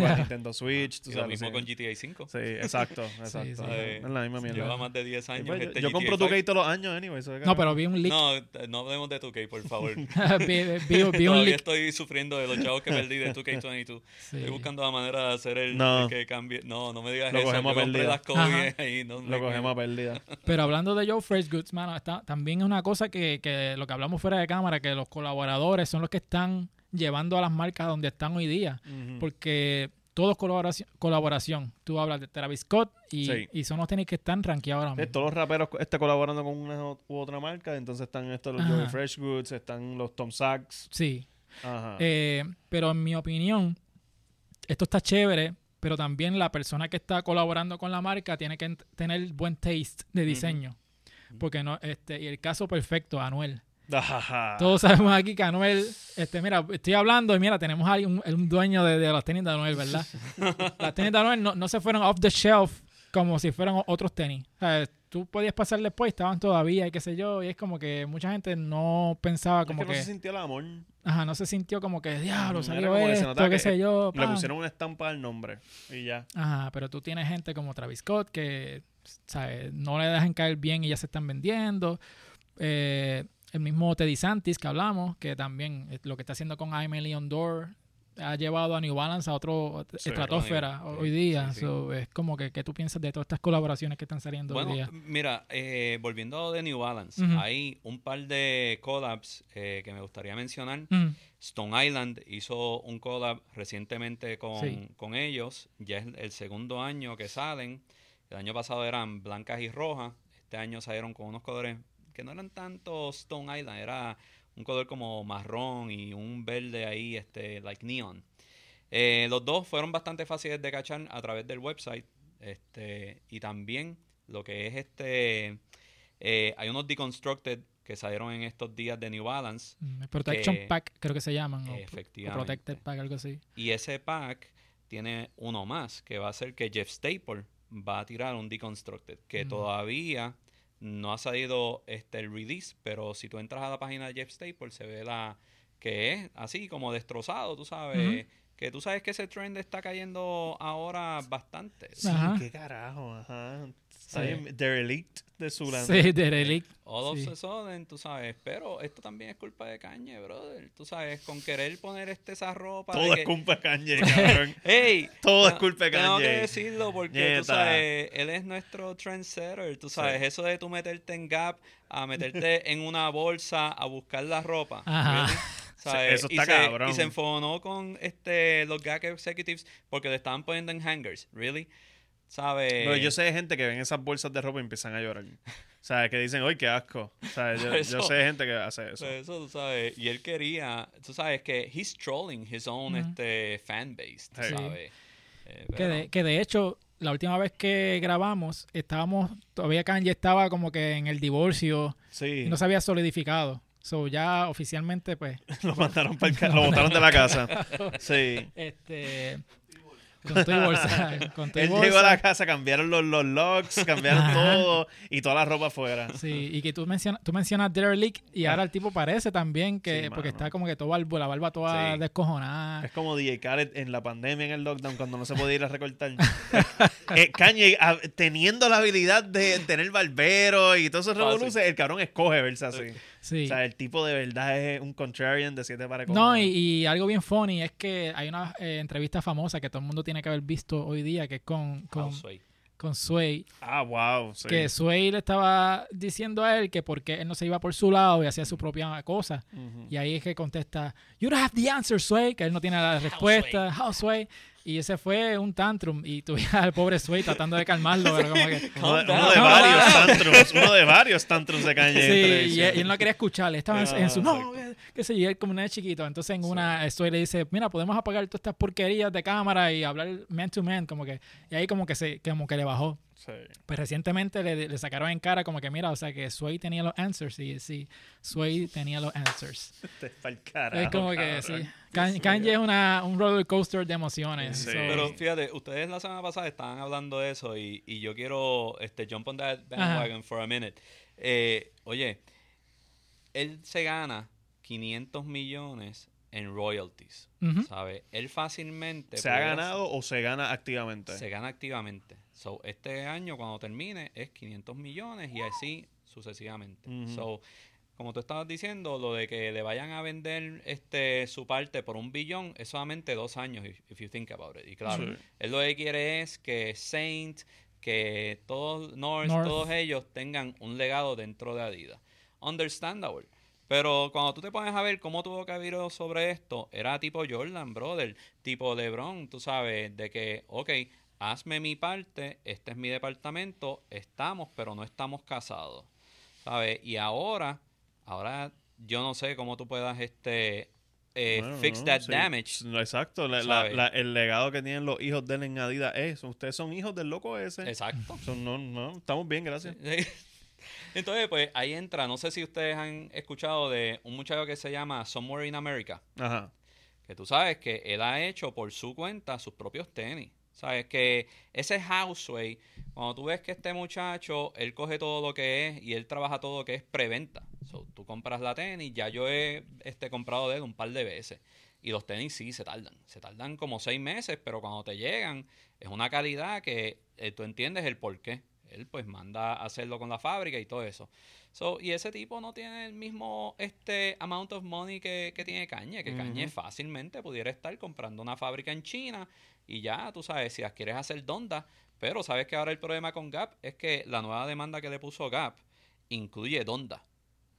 S1: [LAUGHS]
S2: para Nintendo Switch. tú
S3: Y lo
S2: sabes,
S3: mismo
S2: sí.
S3: con GTA 5.
S2: Sí, exacto, exacto.
S1: sí.
S2: Es la misma mierda.
S3: Lleva más de 10
S2: Sí,
S3: años.
S2: pues, yo,
S3: este
S2: yo
S3: GTA
S2: compro tu
S3: five.
S2: gate todos los años, anyway. eso es
S1: No,
S2: que-
S1: pero vi un leak.
S3: No, t- no hablemos de 2K, por
S1: [LAUGHS]
S3: favor.
S1: vi, vi- vi un
S3: Todavía
S1: leak.
S3: estoy sufriendo de los chavos que
S2: [LAUGHS]
S3: perdí de 2K22.
S1: Sí.
S3: Estoy buscando la manera de hacer el
S2: No.
S3: el que cambie. No, no me digas
S2: Lo
S3: eso.
S2: cogemos
S3: yo compré
S2: perdido.
S3: las copias y no me-
S2: Lo cogemos a pérdida.
S1: Pero hablando de Joe Fresh Goods, mano, está, también es una cosa que, que lo que hablamos fuera de cámara, que los colaboradores son los que están llevando a las marcas a donde están hoy día.
S2: Mm.
S1: Porque todo es colaboración. colaboración. Tú hablas de Travis Scott y,
S2: Sí.
S1: y son los tenis que están rankeados ahora
S2: Sí,
S1: mismo.
S2: todos los raperos co- están colaborando con una o- u otra marca. Entonces están estos los
S1: Ajá.
S2: Joey Fresh Goods, están los Tom Sachs.
S1: Sí.
S2: Ajá.
S1: Eh, pero en mi opinión, esto está chévere, pero también la persona que está colaborando con la marca tiene que ent- tener buen taste de diseño. Porque no, este, y el caso perfecto, Anuel.
S2: [LAUGHS] Ajá.
S1: Todos sabemos aquí que Anuel, este, mira, estoy hablando y mira, tenemos a alguien- un, un dueño de, de las tenis de Anuel,
S2: [LAUGHS]
S1: ¿verdad? las tenis de Anuel no, no se fueron off the shelf como si fueran o- otros tenis. O sea, tú podías pasar después, estaban todavía y qué sé yo, y es como que mucha gente no pensaba
S2: Es
S1: como
S2: que no
S1: que,
S2: se sintió el amor.
S1: ajá, no se sintió como que, diablo,
S2: Ujú, era
S1: salió
S2: como que se
S1: esto,
S2: notaba
S1: qué
S2: que
S1: sé yo.
S2: Le
S1: pam".
S2: pusieron una estampa al nombre y ya.
S1: Ajá, pero tú tienes gente como Travis Scott que, ¿sabes? No le dejan caer bien y ya se están vendiendo. Eh, el mismo Teddy Santis que hablamos, que también eh, lo que está haciendo con I'm a Million Door ha llevado a New Balance a otro
S2: Sí,
S1: estratosfera
S3: otro nivel.
S1: hoy día.
S3: Sí, sí.
S1: So, es como que, ¿qué tú piensas de todas estas colaboraciones que están saliendo hoy
S3: Bueno,
S1: día?
S3: mira, eh, volviendo de New Balance,
S1: Ujú.
S3: hay un par de collabs eh, que me gustaría mencionar.
S1: Mm,
S3: Stone Island hizo un collab recientemente con,
S1: Sí.
S3: con ellos. Ya es el segundo año que salen. El año pasado eran blancas y rojas. Este año salieron con unos colores que no eran tanto Stone Island, era un color como marrón y un verde ahí, este, like neon. Eh, los dos fueron bastante fáciles de cachar a través del website. Este, y también lo que es este. eh, hay unos deconstructed que salieron en estos días de New Balance.
S1: mm, Protection
S3: que-
S1: Pack, creo que se llaman. o- O,
S3: Efectivamente.
S1: Protected Pack, algo así.
S3: Y ese pack tiene uno más, que va a ser que Jeff Staple va a tirar un Deconstructed, que
S1: Mm.
S3: todavía no ha salido este, el release, pero si tú entras a la página de Jeff Staple se ve la que es así como destrozado, tú sabes, que tú sabes que ese trend está cayendo ahora bastante.
S2: Sí,
S1: Ajá.
S2: qué carajo. Ajá. Está bien, Derelict de Zulanda.
S1: Sí, de Relic.
S3: All
S1: Sí.
S3: of a sudden, tú sabes, pero esto también es culpa de Kanye, brother, tú sabes, con querer poner este, esa ropa de
S2: Todo [LAUGHS] es
S3: que-
S2: culpa de Kanye, [LAUGHS] cabrón.
S3: Ey,
S2: Todo es
S3: te-
S2: culpa de
S3: Tengo que
S2: Kanye.
S3: decirlo porque
S2: Nieta.
S3: tú sabes, él es nuestro trendsetter, tú sabes, eso de tú meterte en Gap, a
S2: [LAUGHS]
S3: meterte en una bolsa a buscar la ropa.
S1: Ajá.
S3: ¿really? ¿Sabes?
S2: eso está
S3: y se,
S2: cabrón.
S3: Y se enfonó con este los Gap executives porque le estaban poniendo en hangers, really. ¿sabes?
S2: Pero yo sé de gente que ven esas bolsas de ropa y empiezan a llorar. ¿Sabes? Que dicen, ¡ay, qué asco! ¿Sabes? [LAUGHS] Yo, yo
S3: Eso-
S2: sé de gente que hace eso.
S3: Pues eso, tú sabes. Y él quería, tú sabes que he's trolling his own
S1: Ujú.
S3: este, fan base, tú
S2: Sí.
S3: sabes. Eh,
S1: Que
S3: pero-
S1: de, que de hecho, la última vez que grabamos, estábamos, todavía Kanye estaba como que en el divorcio
S2: Sí.
S1: y no se había solidificado. So ya oficialmente, pues,
S2: [LAUGHS] lo mandaron para el ca- Lo botaron de la [LAUGHS] casa. Sí. [LAUGHS]
S1: este con tu bolsa, [LAUGHS] con tu
S2: Él
S1: bolsa.
S2: llegó a la casa, cambiaron los, los locks, cambiaron todo y toda la ropa afuera.
S1: Sí, y que tú mencionas, tú mencionas Derelict y ahora el tipo parece también que,
S2: Ah. Sí,
S1: porque
S2: mano.
S1: está como que todo barbu- la barba toda
S3: Sí.
S1: descojonada.
S2: [LAUGHS] Es como DJ Khaled en la pandemia, en el lockdown, cuando no se podía ir
S1: [LAUGHS]
S2: a recortar. Eh, Kanye, ah, teniendo la habilidad de tener barbero y todos esos
S3: Fácil.
S2: revoluces, el cabrón escoge verse así.
S1: Sí.
S2: O sea, el tipo de verdad es un contrarian de siete para
S1: No, y, y algo bien funny es que hay una eh, entrevista famosa que todo el mundo tiene que haber visto hoy día, que es con, con,
S3: Houseway.
S1: con Sway,
S2: Ah, wow. Sí.
S1: que Sway le estaba diciendo a él que porque él no se iba por su lado y hacía su propia cosa.
S2: Ujú.
S1: Y ahí es que contesta, You don't have the answer, Sway, que él no tiene la respuesta, How Sway. Y ese fue un tantrum y tuviste al pobre Sway tratando de calmarlo, pero como
S2: [LAUGHS]
S1: que...
S2: Uno de,
S3: Calm
S2: uno de
S1: down. [LAUGHS]
S2: varios tantrums. Uno de varios tantrums de Kanye. en
S1: Sí, y
S2: televisión.
S1: él, y él no quería escucharle. Estaba en, en su.
S2: Ah,
S1: No, qué- qué sé yo, y él como un nene chiquito. Entonces, en una, estoy le dice: Mira, podemos apagar todas estas porquerías de cámara y hablar man to man. Como que, y ahí, como que, se, como que le bajó.
S2: Sí.
S1: Pues recientemente le, le sacaron en cara, como que, mira, o sea, que Sway tenía los answers. Sí, sí, Sway tenía los answers.
S2: Te está el carajo,
S1: Es como que,
S2: cabrón.
S1: sí. Kan- Kanye es una, un roller coaster de emociones.
S2: Sí.
S1: so-
S3: Pero fíjate, ustedes la semana pasada estaban hablando de eso y, y yo quiero este, jump on that bandwagon for a minute. Eh, oye, él se gana 500 millones en royalties,
S1: Ujú.
S3: ¿sabes? Él fácilmente...
S2: ¿Se ha
S3: pudiera-
S2: ganado o se gana activamente?
S3: Se gana activamente. So, este año cuando termine es 500 millones y así sucesivamente.
S2: Ujú.
S3: So, como tú estabas diciendo, lo de que le vayan a vender este su parte por un billón es solamente dos años, if, if you think about it. Y claro,
S2: Sí.
S3: él lo que quiere es que Saint, que todos North,
S1: North.
S3: todos ellos tengan un legado dentro de Adidas. Understandable. Pero cuando tú te pones a ver cómo tuvo que haber ido sobre esto, era tipo Jordan, brother, tipo LeBron, tú sabes, de que, ok, hazme mi parte, este es mi departamento, estamos, pero no estamos casados, ¿sabes? Y ahora, ahora yo no sé cómo tú puedas, este, eh,
S2: Bueno,
S3: fix
S2: no,
S3: that
S2: sí.
S3: damage.
S2: No, exacto. La- la-
S3: ¿Sabes?
S2: la- el legado que tienen los hijos de él en Adidas es: ustedes son hijos del loco ese.
S3: Exacto.
S2: Son- no, no, estamos bien, gracias.
S3: [LAUGHS] Entonces, pues ahí entra, no sé si ustedes han escuchado de un muchacho que se llama Somewhere in America.
S2: Ajá.
S3: que tú sabes que él ha hecho por su cuenta sus propios tenis. Sabes que ese houseway, cuando tú ves que este muchacho, él coge todo lo que es y él trabaja todo lo que es preventa. So, tú compras la tenis, ya yo he este, comprado de él un par de veces. Y los tenis sí se tardan. Se tardan como seis meses, pero cuando te llegan, es una calidad que eh, tú entiendes el por qué. Él pues manda a hacerlo con la fábrica y todo eso. So, y ese tipo no tiene el mismo este amount of money que, que tiene Cañe, que Kanye
S2: Ujú.
S3: fácilmente pudiera estar comprando una fábrica en China y ya, tú sabes, si las quieres hacer donda, pero sabes que ahora el problema con Gap es que la nueva demanda que le puso Gap incluye donda.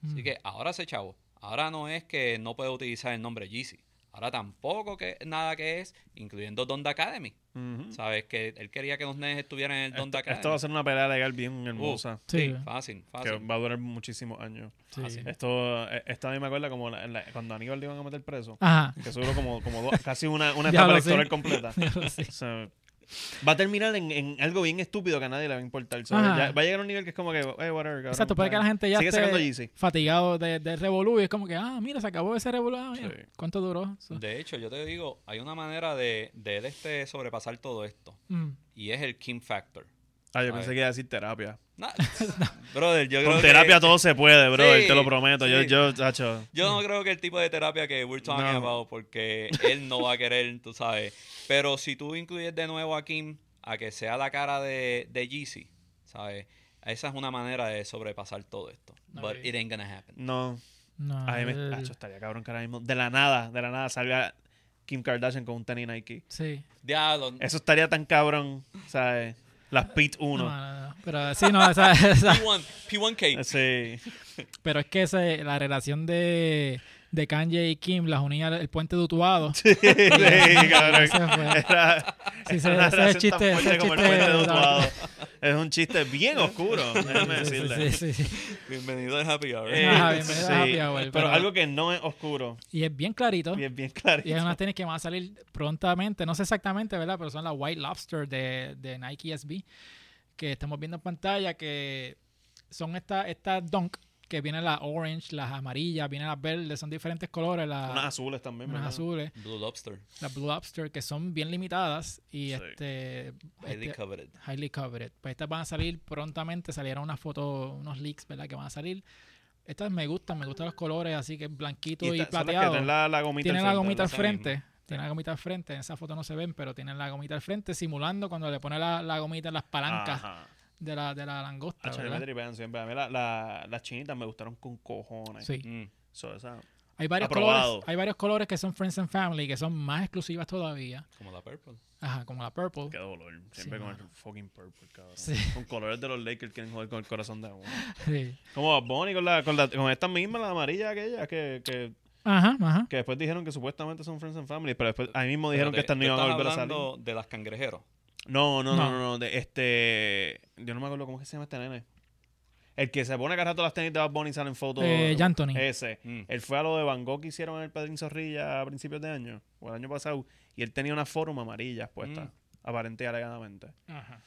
S3: Así
S1: Mm.
S3: que ahora se chavo. Ahora no es que no puede utilizar el nombre Yeezy. Ahora tampoco que nada que es, incluyendo Donda Academy.
S2: Ujú.
S3: Sabes que él quería que los nenes estuvieran en el
S2: Esto,
S3: Donda Academy.
S2: esto va a ser una pelea legal bien hermosa.
S1: Sí,
S3: Fácil,
S2: que
S3: fácil.
S2: va a durar muchísimos años.
S1: sí.
S3: fácil.
S2: Esto, eh, esto a mí me acuerda como la- la- cuando a Aníbal le iban a meter preso. [LAUGHS]
S1: Ajá.
S2: Que eso duró como, como dos- casi una,
S1: [LAUGHS]
S2: una
S1: Ya
S2: etapa
S1: lo
S2: electoral
S1: sé. [LAUGHS]
S2: completa.
S1: Sí.
S2: O sea, va a terminar en, en algo bien estúpido que a nadie le va a importar. ¿sabes?
S1: Ajá.
S2: Ya- va a llegar a un nivel que es como que, eh, whatever, cabrón,
S1: Exacto, puede que la gente ya
S2: Sigue sacando
S1: esté
S2: Yeezy.
S1: fatigado de, de Revolú y es como que, ah, mira, se acabó ese Revolú. ah, mira,
S2: Sí.
S1: ¿Cuánto duró? So-
S3: De hecho, yo te digo, hay una manera de, de él este sobrepasar todo esto.
S1: Mm.
S3: Y es el Kim Factor.
S2: Ah, yo
S3: A
S2: pensé
S3: ver.
S2: que iba a decir terapia. [LAUGHS]
S3: Na- brother, yo creo
S2: Con
S3: que-
S2: terapia todo se puede, brother,
S3: Sí,
S2: te lo prometo. Yo,
S3: sí.
S2: yo, chacho.
S3: Yo no creo que el tipo de terapia que we're talking
S2: Mm. No.
S3: about, porque él no va a querer, [LAUGHS] tú sabes. Pero si tú incluyes de nuevo a Kim a que sea la cara de, de Yeezy, ¿sabes? Esa es una manera de sobrepasar todo esto. But
S1: Ok.
S3: it ain't gonna happen.
S2: No.
S1: No,
S2: A mí me.
S1: el-
S2: Chacho, estaría cabrón que ahora mismo. De la nada, de la nada salga Kim Kardashian con un tenis Nike.
S1: Sí.
S2: [LAUGHS]
S3: Diablo.
S2: Eso estaría tan cabrón, ¿sabes? Las Pit
S1: No,
S2: 1.
S1: no, no. Pero sí, no, esa- [LAUGHS] esa-
S3: P1, P1K.
S2: Sí. [LAUGHS]
S1: pero es que esa- la relación de de Kanye y Kim las unía el puente de Utuado.
S2: Sí, cabrón.
S1: Ese fue.
S2: Era-
S1: Sí, ese- ese
S2: era [LAUGHS] una
S1: es el
S2: relación tan
S1: chiste, ese es el
S2: fuerte como el
S1: chiste,
S2: puente
S1: exacto.
S2: de Utuado. Es un chiste bien oscuro,
S1: Sí,
S2: déjame
S1: sí,
S2: decirle.
S1: sí, sí, sí.
S3: Bienvenido al Happy Hour.
S2: [LAUGHS] Eh,
S1: Ajá, bienvenido a Happy Hour,
S2: pero,
S1: pero-
S2: algo que no es oscuro
S1: Y es bien clarito.
S2: y es bien
S1: Y
S2: clarito.
S1: es unas tenis que van a salir prontamente, no sé exactamente, ¿verdad? Pero son las White Lobster de, de Nike SB que estamos viendo en pantalla, que son estas estas Dunk, que vienen las orange, las amarillas, vienen las verdes, son diferentes colores, las
S2: Unas azules también,
S1: unas
S2: ¿verdad?
S1: azules,
S3: Blue Lobster.
S1: las Blue Lobster, que son bien limitadas y
S2: Sí.
S1: este...
S3: Highly
S1: este-
S3: coveted.
S1: highly covered. Pues estas van a salir prontamente, salieron unas fotos, unos leaks, ¿verdad? Que van a salir. Estas me gustan, me gustan los colores, así que
S2: Y,
S1: blanquito y,
S2: esta- son las que
S1: plateado.
S2: traen la, la gomita
S1: tienen
S2: al
S1: la
S2: frente,
S1: gomita al
S2: ¿verdad?
S3: esa misma.
S1: frente, tienen la gomita al frente, en esa foto no se ven, pero tienen la gomita al frente, simulando cuando le pone la, la gomita en las palancas
S2: Ajá.
S1: de la, de la langosta,
S2: Hacho, yo me
S1: ¿verdad?
S2: tripean siempre. A mí la- la- las chinitas me gustaron con cojones.
S1: Sí.
S3: Mm.
S2: So, esa-
S1: Hay varios,
S2: Aprobado.
S1: colores, hay varios colores que son Friends and Family, que son más exclusivas todavía.
S3: Como la Purple.
S1: Ajá, como la Purple.
S2: Qué dolor. Siempre
S1: Sí,
S2: con el
S1: mano.
S2: fucking purple, cabrón.
S1: Sí.
S2: Con colores de los Lakers quieren jugar con el corazón de uno.
S1: [LAUGHS] Sí.
S2: Como Bad Bunny con, la, con, la- con esta misma, la amarilla aquella, que, que,
S1: Ajá, ajá.
S2: que después dijeron que supuestamente son Friends and Family, pero después ahí mismo
S3: Pero
S2: dijeron
S3: te-
S2: que estas no
S3: tú
S2: iban a
S3: estás
S2: volver a salir.
S3: hablando de las cangrejeros.
S2: No, no, no,
S1: No.
S2: no, no, de este... Yo no me acuerdo cómo es que se llama este nene. El que se pone a todas las tenis de Bad Bunny y salen fotos.
S1: Eh, Yantony.
S2: Ese.
S3: Mm.
S2: Él fue a lo de Van Gogh que hicieron en el Padrín Zorrilla a principios de año, o el año pasado, y él tenía unas forum amarillas puestas,
S3: Mm.
S2: aparente y alegadamente.
S1: Ajá.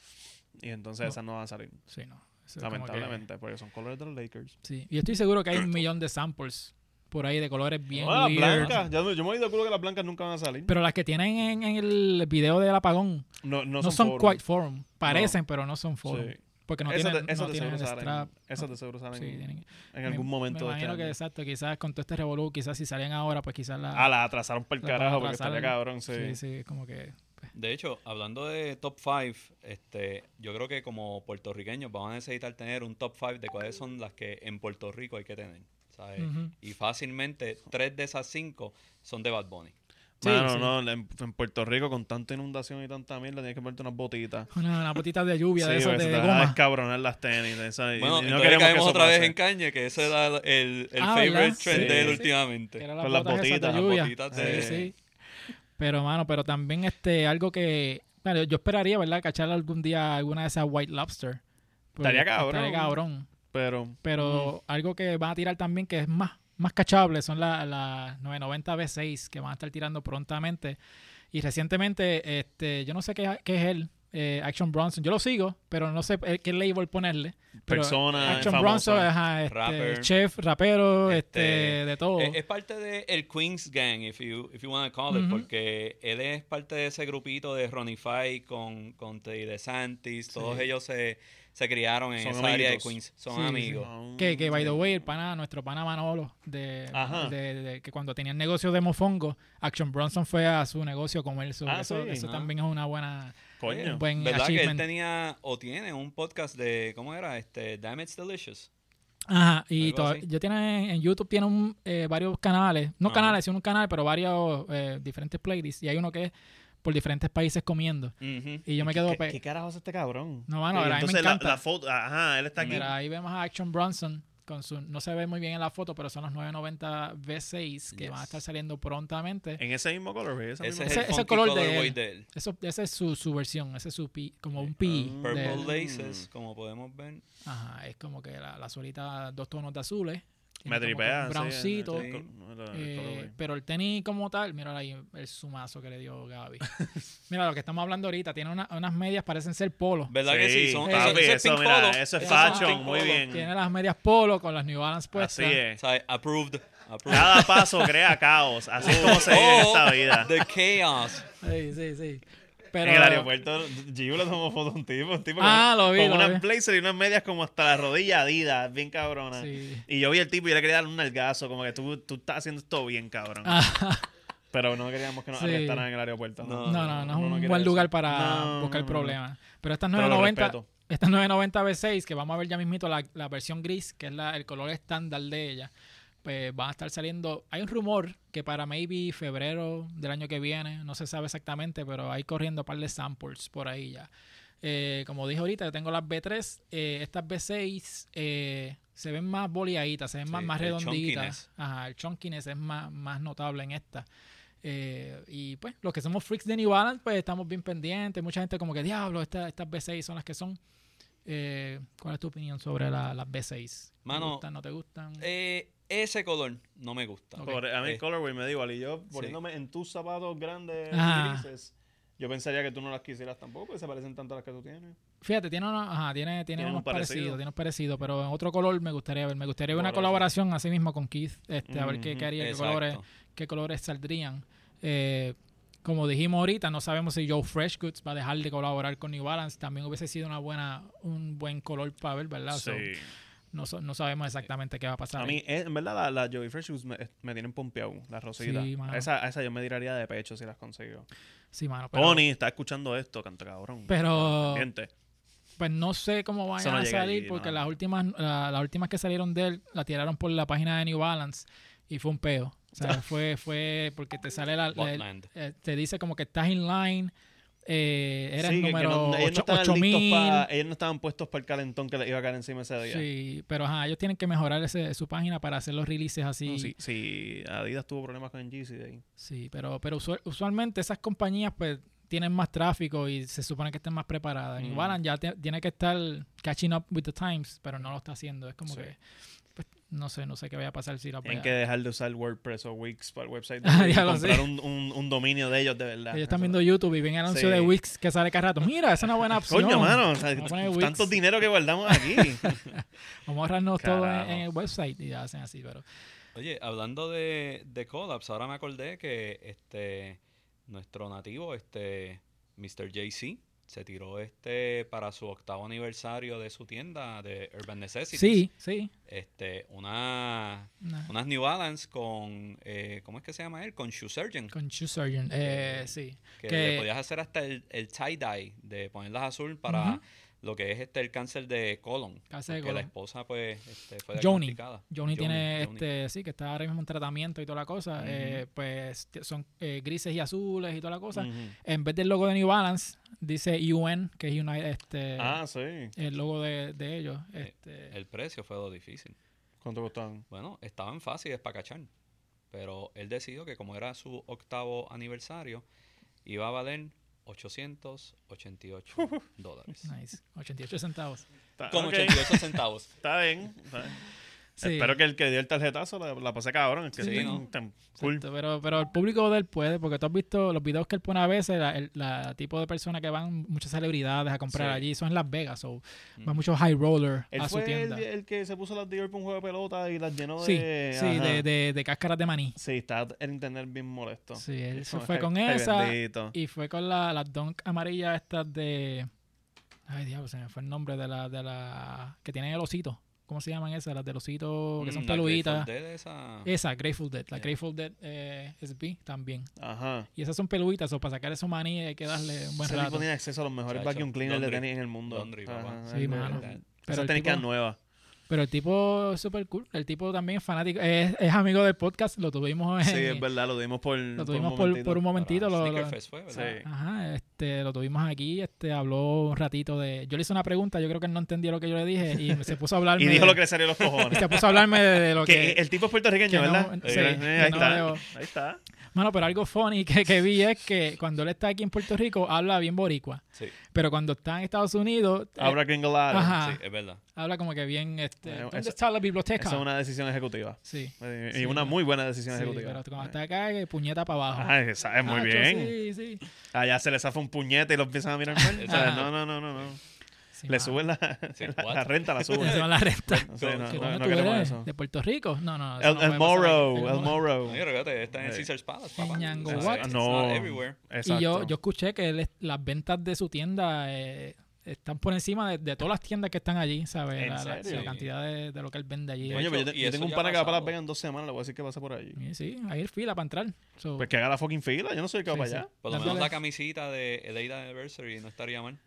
S2: Y entonces
S1: No.
S2: esas no van a salir,
S1: Sí, no. Eso es como que-
S2: lamentablemente, porque son colores de los Lakers.
S1: Sí, y estoy seguro que
S2: [CLEARS THROAT]
S1: hay un millón de samples por ahí de colores bien
S2: Ah, las
S1: weird.
S2: blancas. Ya, yo me he ido culo que las blancas nunca van a salir.
S1: Pero las que tienen en, en el video del apagón
S2: no, no
S1: no,
S2: son,
S1: son,
S2: forum.
S1: quite forum. Parecen, pero no son forum.
S2: Sí.
S1: Porque no
S2: esas
S1: tienen,
S2: de, esas
S1: no
S2: de
S1: tienen
S2: seguro
S1: el
S2: salen.
S1: strap.
S2: Esas de seguro
S1: Sí,
S2: salen
S1: tienen-
S2: en
S1: me-
S2: algún
S1: Me
S2: momento. de este
S1: imagino que
S2: año.
S1: exacto, quizás con todo este revolú, quizás si salían ahora, pues quizás la...
S2: Ah, la atrasaron para
S1: la
S2: el
S1: van a
S2: carajo porque
S1: atrasar.
S2: estaría cabrón. Sí.
S1: sí, sí, como que...
S3: De hecho, hablando de top 5, este, yo creo que como puertorriqueños vamos a necesitar tener un top 5 de cuáles son las que en Puerto Rico hay que tener. ¿sabes?
S1: Ujú.
S3: Y fácilmente tres de esas cinco son de Bad Bunny.
S1: Sí,
S2: Mano,
S1: sí.
S2: no, en, en Puerto Rico con tanta inundación y tanta mierda tienes que ponerte unas botitas.
S1: Una, una botita de lluvia de
S2: Sí, pues,
S1: esas
S2: porque se
S1: de
S2: te van a
S1: goma.
S2: descabronar las tenis. de esas, y-
S3: Bueno,
S2: y no
S3: entonces
S2: queremos que
S3: caemos
S2: eso
S3: otra vez
S2: pase.
S3: en Caña, que ese era el, el
S1: Ah,
S3: favorite
S1: ¿verdad?
S3: trend
S2: Sí,
S3: de él
S2: sí.
S1: Que
S3: últimamente.
S1: eran las
S2: Este, Con las
S1: botas esas de
S2: botitas, las
S1: lluvia.
S3: botitas
S1: Sí,
S2: de-
S1: sí. Pero, mano, pero también este, algo que... claro, yo esperaría, ¿verdad? Cachar algún día alguna de esas White Lobster. Porque
S2: Estaría cabrón. Mm.
S1: Estaría cabrón.
S2: Pero
S1: Pero algo que van a tirar también que es más, más cachable son las la 990 V6 que van a estar tirando prontamente. Y recientemente, este, yo no sé qué, qué es él, eh, Action Bronson. Yo lo sigo, pero no sé eh, qué label ponerle. Pero
S2: persona
S1: Action
S2: famosa.
S1: Bronson, ajá, este,
S3: Rapper.
S1: chef, rapero,
S3: Este,
S1: este, de todo.
S2: eh,
S3: Es, es parte del el Queen's Gang, if you, if you want to call it,
S1: Ujú.
S3: porque él es parte de ese grupito de Ronnie Fike con, con Teddy DeSantis. Todos
S1: Sí.
S3: ellos se, se criaron en
S2: Son
S3: esa área de
S2: amiguitos.
S3: Queens. Son
S1: Sí, sí.
S3: amigos.
S1: que, que, by the way, el pana, nuestro pana Manolo, de,
S2: Ajá.
S1: de- de- que cuando tenía el negocio de Mofongo, Action Bronson fue a su negocio con él. So,
S2: Ah,
S1: eso
S2: sí,
S1: eso
S3: ah.
S1: también es una buena,
S2: Coño.
S1: un buen
S3: ¿Verdad que él
S1: achievement.
S3: tenía o tiene un podcast de, ¿cómo era? Este, Damn It's Delicious.
S1: Ajá, y
S3: Algo
S1: toda-
S3: así.
S1: yo tiene en YouTube tiene un, eh, varios canales, no
S3: Ajá.
S1: canales, sino un canal, pero varios eh, diferentes playlists. Y hay uno que es por diferentes países comiendo.
S3: Ujú.
S1: Y yo me quedo.
S2: ¿Qué,
S1: pe-
S2: qué carajo es este cabrón?
S1: No, mano,
S2: Y
S1: ahora a mí me
S2: entonces la-
S1: encanta.
S2: La, foto, ajá, él está aquí.
S1: mira, ahí vemos a Action Bronson con su. No se ve muy bien en la foto, pero son los 990 V6 que van a
S3: Yes.
S1: estar saliendo prontamente.
S2: En ese mismo color, ¿ves? Esa
S3: Ese
S2: misma-
S3: es
S1: Ese-
S3: el
S1: ese
S3: funky
S1: color de
S3: colorway
S1: él.
S3: de él.
S1: Eso, esa es su, su versión, ese es su pi, como un pi.
S2: Ah,
S1: de-
S3: Purple
S2: Mm.
S3: Laces, como podemos ver.
S1: ajá, es como que la, la solita, dos tonos de azules. tiene
S2: Me
S1: como que un
S2: tripea. sí,
S1: Browncito.
S2: el- el col- el- el
S1: Eh,
S2: colorway.
S1: pero el tenis como tal, mira ahí el sumazo que le dio
S2: [LAUGHS]
S1: Gaby. mira lo que estamos hablando ahorita, tiene una- unas medias, parecen ser polo.
S3: ¿Verdad que sí? Son,
S1: papi,
S3: eso, eso es pink
S2: mira,
S3: polo.
S2: eso es
S1: Esos son
S2: fashion,
S3: pink
S2: muy
S3: polo.
S2: bien.
S1: Tiene las medias polo con las New Balance
S2: Así
S1: puestas.
S3: O
S2: es.
S3: sea, approved. approved.
S2: Cada paso crea caos. Así es como se vive en
S3: Oh,
S2: esta vida.
S3: The chaos.
S1: Sí, sí, sí. [LAUGHS] Pero,
S2: en el aeropuerto, Gio le tomó foto a un tipo, un tipo
S1: Ah,
S2: con,
S1: lo vi,
S2: con
S1: lo
S2: unas
S1: vi.
S2: blazer y unas medias como hasta la rodilla adidas, bien cabrona.
S1: Sí.
S2: Y yo vi al tipo y yo le quería dar un nalgazo, como que tú, tú estás haciendo esto bien, cabrón.
S1: Ah,
S2: Pero no queríamos que nos
S1: Sí.
S2: arrestaran en el aeropuerto.
S1: no, no, no es
S2: uno
S1: un
S2: quiere
S1: buen
S2: eso.
S1: lugar para
S2: No,
S1: buscar
S2: no, no.
S1: problemas. Pero estas
S2: Pero lo
S1: 990,
S2: respeto.
S1: estas 990 V6, que vamos a ver ya mismito la, la versión gris, que es la- el color estándar de ella, pues van a estar saliendo. Hay un rumor que para maybe febrero del año que viene, no se sabe exactamente, pero hay corriendo un par de samples por ahí ya. eh, como dije ahorita, tengo las B3, eh, estas B6 eh, se ven más boleaditas, se ven más,
S3: Sí,
S1: más
S3: el
S1: redonditas.
S3: chunkiness.
S1: Ajá, el chunkiness es más, más notable en esta. Eh, y pues, los que somos freaks de New Balance, pues estamos bien pendientes. Mucha gente como que, diablo, esta- estas B6 son las que son. Eh, ¿Cuál es tu opinión sobre la- las B6? ¿Te
S3: Mano,
S1: gustan, no te gustan?
S3: Eh, ese color no me gusta.
S1: Ok.
S2: Por- a mí
S3: Eh.
S2: el colorway me da igual. Y yo,
S3: Sí.
S2: poniéndome en tus zapatos grandes
S1: Ah.
S2: grises, yo pensaría que tú no las quisieras tampoco, porque se parecen tanto a las que tú tienes.
S1: Fíjate, tiene, una, ajá, tiene, tiene,
S2: Tiene
S1: unos
S2: un parecido.
S1: parecidos, tiene unos parecidos, pero en otro color me gustaría ver. Me gustaría ver una
S2: Por eso.
S1: colaboración así mismo con Keith, este, a ver qué,
S2: Ujú,
S1: qué haría, qué
S3: Exacto.
S1: colores, qué colores saldrían. Eh, como dijimos ahorita, no sabemos si Joe Fresh Goods va a dejar de colaborar con New Balance. También hubiese sido una buena, un buen color para ver, ¿verdad? Ah, So, no, so- no sabemos exactamente qué va a pasar.
S2: A
S1: ahí.
S2: mí, eh, en verdad, las la Joey Fresh Shoes me, me tienen pompeado, las rositas.
S1: Sí, mano.
S2: a, esa, a esa yo me tiraría de pecho si las consigo.
S1: Sí, mano. Pero,
S2: Tony está escuchando esto, canta cabrón.
S1: pero
S2: Pendiente.
S1: pues no sé cómo
S2: Eso
S1: vayan
S2: no
S1: a
S2: llega
S1: salir
S2: allí,
S1: porque
S2: no.
S1: las últimas la- las últimas que salieron de él la tiraron por la página de New Balance y fue un peo. O sea,
S2: [LAUGHS]
S1: fue, fue porque te sale la, la-
S3: Botland.
S1: eh, te dice como que estás in line, eh, era
S2: Sí,
S1: el
S2: que- que
S1: número
S2: no- ellos, no
S1: ocho-
S2: estaban listos
S1: 8000.
S2: pa- ellos no estaban puestos para el calentón que les iba a caer encima ese día.
S1: Sí, pero ajá, ellos tienen que mejorar ese- su página para hacer los releases así.
S2: No, si, si Adidas tuvo problemas con Yeezy de ahí.
S1: Sí, pero, pero usu- usualmente esas compañías pues tienen más tráfico y se supone que estén más preparadas. New
S2: Mm.
S1: Balance ya te- tiene que estar catching up with the times, pero no lo está haciendo. Es como
S2: Sí.
S1: que pues, no sé, no sé qué vaya a pasar si la
S2: Tienen
S1: vaya-
S2: que dejar de usar WordPress o Wix para
S1: [LAUGHS]
S2: el website.
S1: Ah,
S2: De y
S1: ya lo
S2: comprar
S1: sé.
S2: un, un, un dominio de ellos, de verdad.
S1: Ellos están
S2: Eso-
S1: viendo YouTube y ven el anuncio
S2: Sí.
S1: de Wix que sale cada rato. Mira, esa es una buena opción.
S2: [LAUGHS] Coño, mano, o sea,
S1: Vamos a poner Wix.
S2: tanto dinero que guardamos
S1: [LAUGHS]
S2: aquí.
S1: Vamos a ahorrarnos todo en,
S2: Carajo.
S1: en el website y ya hacen así, pero
S3: Oye, hablando de, de collabs, ahora me acordé que este nuestro nativo, este Mr. JC, se tiró este para su octavo aniversario de su tienda de Urban Necessities.
S1: sí, sí.
S3: Este, una,
S1: nah.
S3: unas New Balance con, eh, ¿cómo es que se llama él? Con Shoe Surgeon.
S1: Con Shoe Surgeon, eh, sí.
S3: que,
S1: que-
S3: le podías hacer hasta el, el tie-dye de ponerlas azul para
S1: Ujú.
S3: lo que es este el cáncer de colon.
S1: Cáncer de
S3: porque
S1: colon.
S3: la esposa pues este, fue
S1: Johnny.
S3: diagnosticada.
S1: Johnny tiene
S3: Johnny.
S1: este, sí, que está ahora mismo en tratamiento y toda la cosa.
S3: Ujú.
S1: eh, pues t- son eh, grises y azules y toda la cosa.
S2: Ujú.
S1: En vez del logo de New Balance, dice UN, que es United, este,
S2: Ah, Eh, sí.
S1: el logo de, de ellos. Este,
S3: El precio fue lo difícil.
S2: ¿Cuánto costaban?
S3: Bueno, estaban fáciles para cachar. Pero él decidió que como era su octavo aniversario, iba a valer
S1: [LAUGHS]
S3: 888 dólares.
S1: Nice, 88 centavos.
S2: Está,
S3: Con
S2: ok,
S3: 88 centavos.
S2: está bien. está bien.
S1: Sí,
S2: Espero que el que dio el tarjetazo la, la pase cabrón. Es que
S3: Sí,
S2: estén-
S3: ¿no?
S2: estén cool.
S1: exacto, pero, pero el público de él puede, porque tú has visto los videos que él pone a veces, la, el la tipo de personas que van, muchas celebridades a comprar
S3: Sí.
S1: allí, son en Las Vegas, o
S3: Mm.
S1: van muchos high roller
S2: Él
S1: a su
S2: fue el,
S1: tienda.
S2: el que se puso las Dior para un juego de pelota y las llenó
S1: sí,
S2: de...
S1: sí,
S2: ajá.
S1: de, de, de cáscaras de maní.
S2: Sí, está el internet bien molesto.
S1: Sí, él
S2: Eso
S1: se
S2: [LAUGHS] es-
S1: fue con
S2: ay,
S1: esa.
S2: bendito.
S1: Y fue con la- las donk amarillas estas de. Ay, diablo, se me fue el nombre de la. De la que tienen el osito. ¿Cómo se llaman esas? Las del osito que son
S3: Mm, la Grateful
S1: peluditas.
S3: Dead esa-
S1: Esa, Grateful Dead. La
S3: Yeah.
S1: Grateful Dead eh, SB también.
S2: Ajá.
S1: Y esas son peluditas, o para sacar esos maní hay que darle un eh, buen
S2: Ese tipo
S1: rato.
S2: tiene acceso a los mejores
S3: Chacho,
S2: vacuum cleaners de
S3: laundry.
S2: tenis en el mundo.
S3: Laundry,
S2: Ajá,
S3: papá.
S1: Sí,
S2: es
S1: mano.
S2: verdad.
S1: Pero
S2: Esas
S1: el
S2: tenis
S1: tipo- [LAUGHS]
S2: quedan nuevas.
S1: Pero el tipo es súper cool. El tipo también es fanático. Es, es amigo del podcast. Lo tuvimos en.
S2: Sí, es verdad, lo tuvimos por,
S1: Lo tuvimos por, por un, momentito.
S3: para
S1: lo-
S3: Ah, Sneaker
S1: lo-
S3: Fest fue, ¿verdad?
S2: Sí.
S1: Ajá, este, lo tuvimos aquí, este, habló un ratito de... Yo le hice una pregunta, yo creo que él no entendió lo que yo le dije y se puso a hablarme...
S2: [LAUGHS] Y dijo
S1: de-
S2: lo que le salió a
S1: [LAUGHS]
S2: los cojones.
S1: Se puso a hablarme de, de lo
S2: [LAUGHS] que
S1: que...
S2: el tipo es puertorriqueño,
S1: que no-
S2: ¿verdad?
S1: sí,
S2: Eh,
S1: que
S2: ahí,
S1: no
S2: está.
S1: veo.
S2: ahí está.
S1: Mano, pero algo funny que, que vi es que cuando él está aquí en Puerto Rico habla bien boricua,
S3: Sí,
S1: pero cuando está en Estados Unidos eh,
S2: Abra Gringle Adam.
S1: Ajá.
S3: sí, es verdad.
S1: habla como que bien... Este,
S2: Eh,
S1: ¿Dónde
S2: eso-
S1: está la biblioteca?
S2: Esa es una decisión ejecutiva.
S1: Sí,
S2: Eh, Y
S1: Sí,
S2: una
S1: ¿verdad?
S2: muy buena
S1: sí,
S2: decisión
S1: pero
S2: ejecutiva.
S1: cuando está acá, eh, puñeta para abajo.
S2: Ajá, que sabes muy
S1: Ah, yo Sí,
S2: bien.
S1: sí.
S2: Allá se le zafa un puñete y lo empiezan a mirar
S1: [LAUGHS]
S2: mal. ¿sabes?
S1: Ajá.
S2: No, no, no, no. no.
S1: Sí,
S2: Le
S1: mano.
S2: suben la,
S3: [LAUGHS] Sí,
S2: [LAUGHS] la- la
S3: what?
S2: renta,
S1: [LAUGHS]
S2: la
S3: [LAUGHS]
S1: Le
S2: suben.
S1: suben la renta.
S2: No sé, Pues, no,
S1: ¿Que
S2: no,
S1: dónde
S2: no
S1: tú
S2: queremos
S1: eres?
S2: eso.
S1: ¿De Puerto Rico? No, no. eso no puede
S2: El, el
S1: pasar aquí.
S2: Morrow,
S1: El
S2: el
S1: Morrow.
S2: Morrow.
S3: Mira, fíjate, está en
S2: Sí.
S3: Caesar's Palace, papá.
S1: Ñango,
S3: O sea,
S1: what?
S3: it's
S2: No.
S3: not everywhere.
S2: Exacto.
S1: Y yo, yo escuché que él es- las ventas de su tienda eh, están por encima de, de todas las tiendas que están allí, ¿sabes?
S2: ¿En
S1: La, la-
S2: serio?
S1: la cantidad de, de lo que él vende allí.
S2: Coño, pero yo,
S3: hecho,
S2: te-
S3: y
S2: yo
S3: eso
S2: tengo un
S3: ya ha
S2: pana que va para
S3: pasado.
S2: Las Vegas en dos semanas, le voy a decir que pasa por allí.
S1: Sí, sí, hay fila para entrar. So,
S2: Pues que haga la fucking fila, yo no soy el que va
S1: Sí,
S2: para
S1: sí.
S2: allá.
S3: Por lo menos
S1: Dándole-
S3: la camisita de el 8 Anniversary no estaría mal.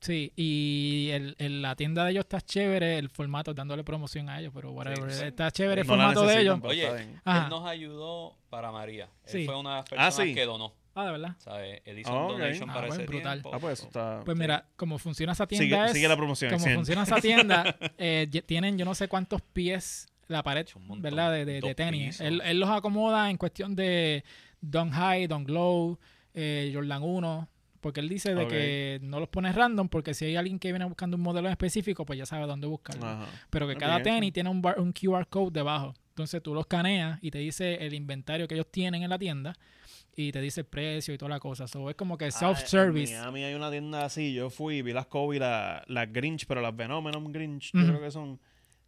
S1: sí, y el, el- la tienda de ellos está chévere, el formato, dándole promoción a ellos, pero whatever.
S3: sí.
S1: Está chévere el
S2: No la
S1: formato de
S2: necesitan, pues.
S1: ellos.
S2: pero
S3: Oye,
S2: está bien.
S1: Ajá.
S3: Él nos ayudó para María. Él
S1: Sí.
S3: Ah, fue una de las personas
S2: sí.
S3: que donó.
S1: Ah, de verdad.
S3: ¿sabes? Él hizo
S2: Ah,
S3: un
S2: ok.
S3: donation
S1: Ah,
S3: para
S1: bueno,
S3: ese
S1: brutal.
S3: tiempo.
S2: Ah, pues eso está.
S1: Pues mira, como funciona esa tienda
S2: sigue,
S1: es...
S2: sigue la promoción.
S1: Como
S2: excelente.
S1: funciona esa
S2: [LAUGHS]
S1: tienda, eh, ye- tienen yo no sé cuántos pies la pared,
S3: Es un montón,
S1: ¿verdad? De, de- de
S3: dos
S1: tenis.
S3: pisos.
S1: Él, él los acomoda en cuestión de Don High, Don Glow, eh, Jordan 1, porque él dice de
S2: Ok.
S1: que no los pone random, porque si hay alguien que viene buscando un modelo en específico, pues ya sabe dónde buscarlo.
S2: Ajá.
S1: Pero que
S2: Ah,
S1: cada
S2: bien,
S1: tenis
S2: sí.
S1: tiene un, bar- un QR code debajo. Entonces tú lo escaneas y te dice el inventario que ellos tienen en la tienda y te dice el precio y toda la cosa. So, es como que self-service.
S2: Ah, en Miami hay una tienda así. Yo fui, vi las Kobe, la- las Grinch, pero las Venomenon Grinch, yo
S1: Ujú.
S2: creo que son.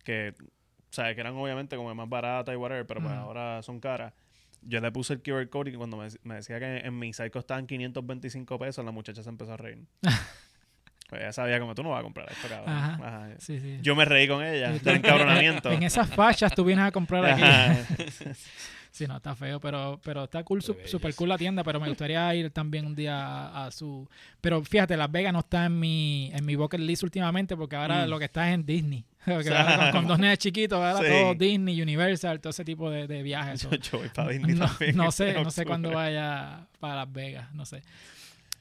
S2: Que, ¿sabes? Que eran obviamente como más baratas y whatever, pero pues
S1: Ujú.
S2: ahora son caras. Yo le puse el QR code y cuando me, me decía que en mi site costaban 525 pesos, la muchacha se empezó a reír.
S1: [LAUGHS]
S2: pues ella sabía como tú no vas a comprar esto, cabrón.
S1: Ajá.
S2: Ajá.
S1: Sí, sí.
S2: Yo me reí con ella,
S1: Sí, tú-
S2: del
S1: [LAUGHS]
S2: encabronamiento.
S1: En esas fachas tú vienes a comprar aquí. [LAUGHS]
S2: Ajá.
S1: Sí, no, está feo, pero, pero está cool,
S3: Qué
S1: su-
S3: bello.
S1: super cool la tienda, pero me gustaría ir también un día a, a su... Pero fíjate, Las Vegas no está en mi, en mi bucket list últimamente porque ahora
S2: Mm.
S1: lo que está es en Disney. [LAUGHS] Porque ahora con, con dos nenes chiquitos, ahora
S2: Sí.
S1: todo Disney, Universal, todo ese tipo de, de viajes.
S2: yo,
S1: so.
S2: yo voy para Disney
S1: No,
S2: también
S1: no
S2: [LAUGHS] en
S1: sé, no sé
S2: octubre.
S1: cuándo vaya para Las Vegas, no sé.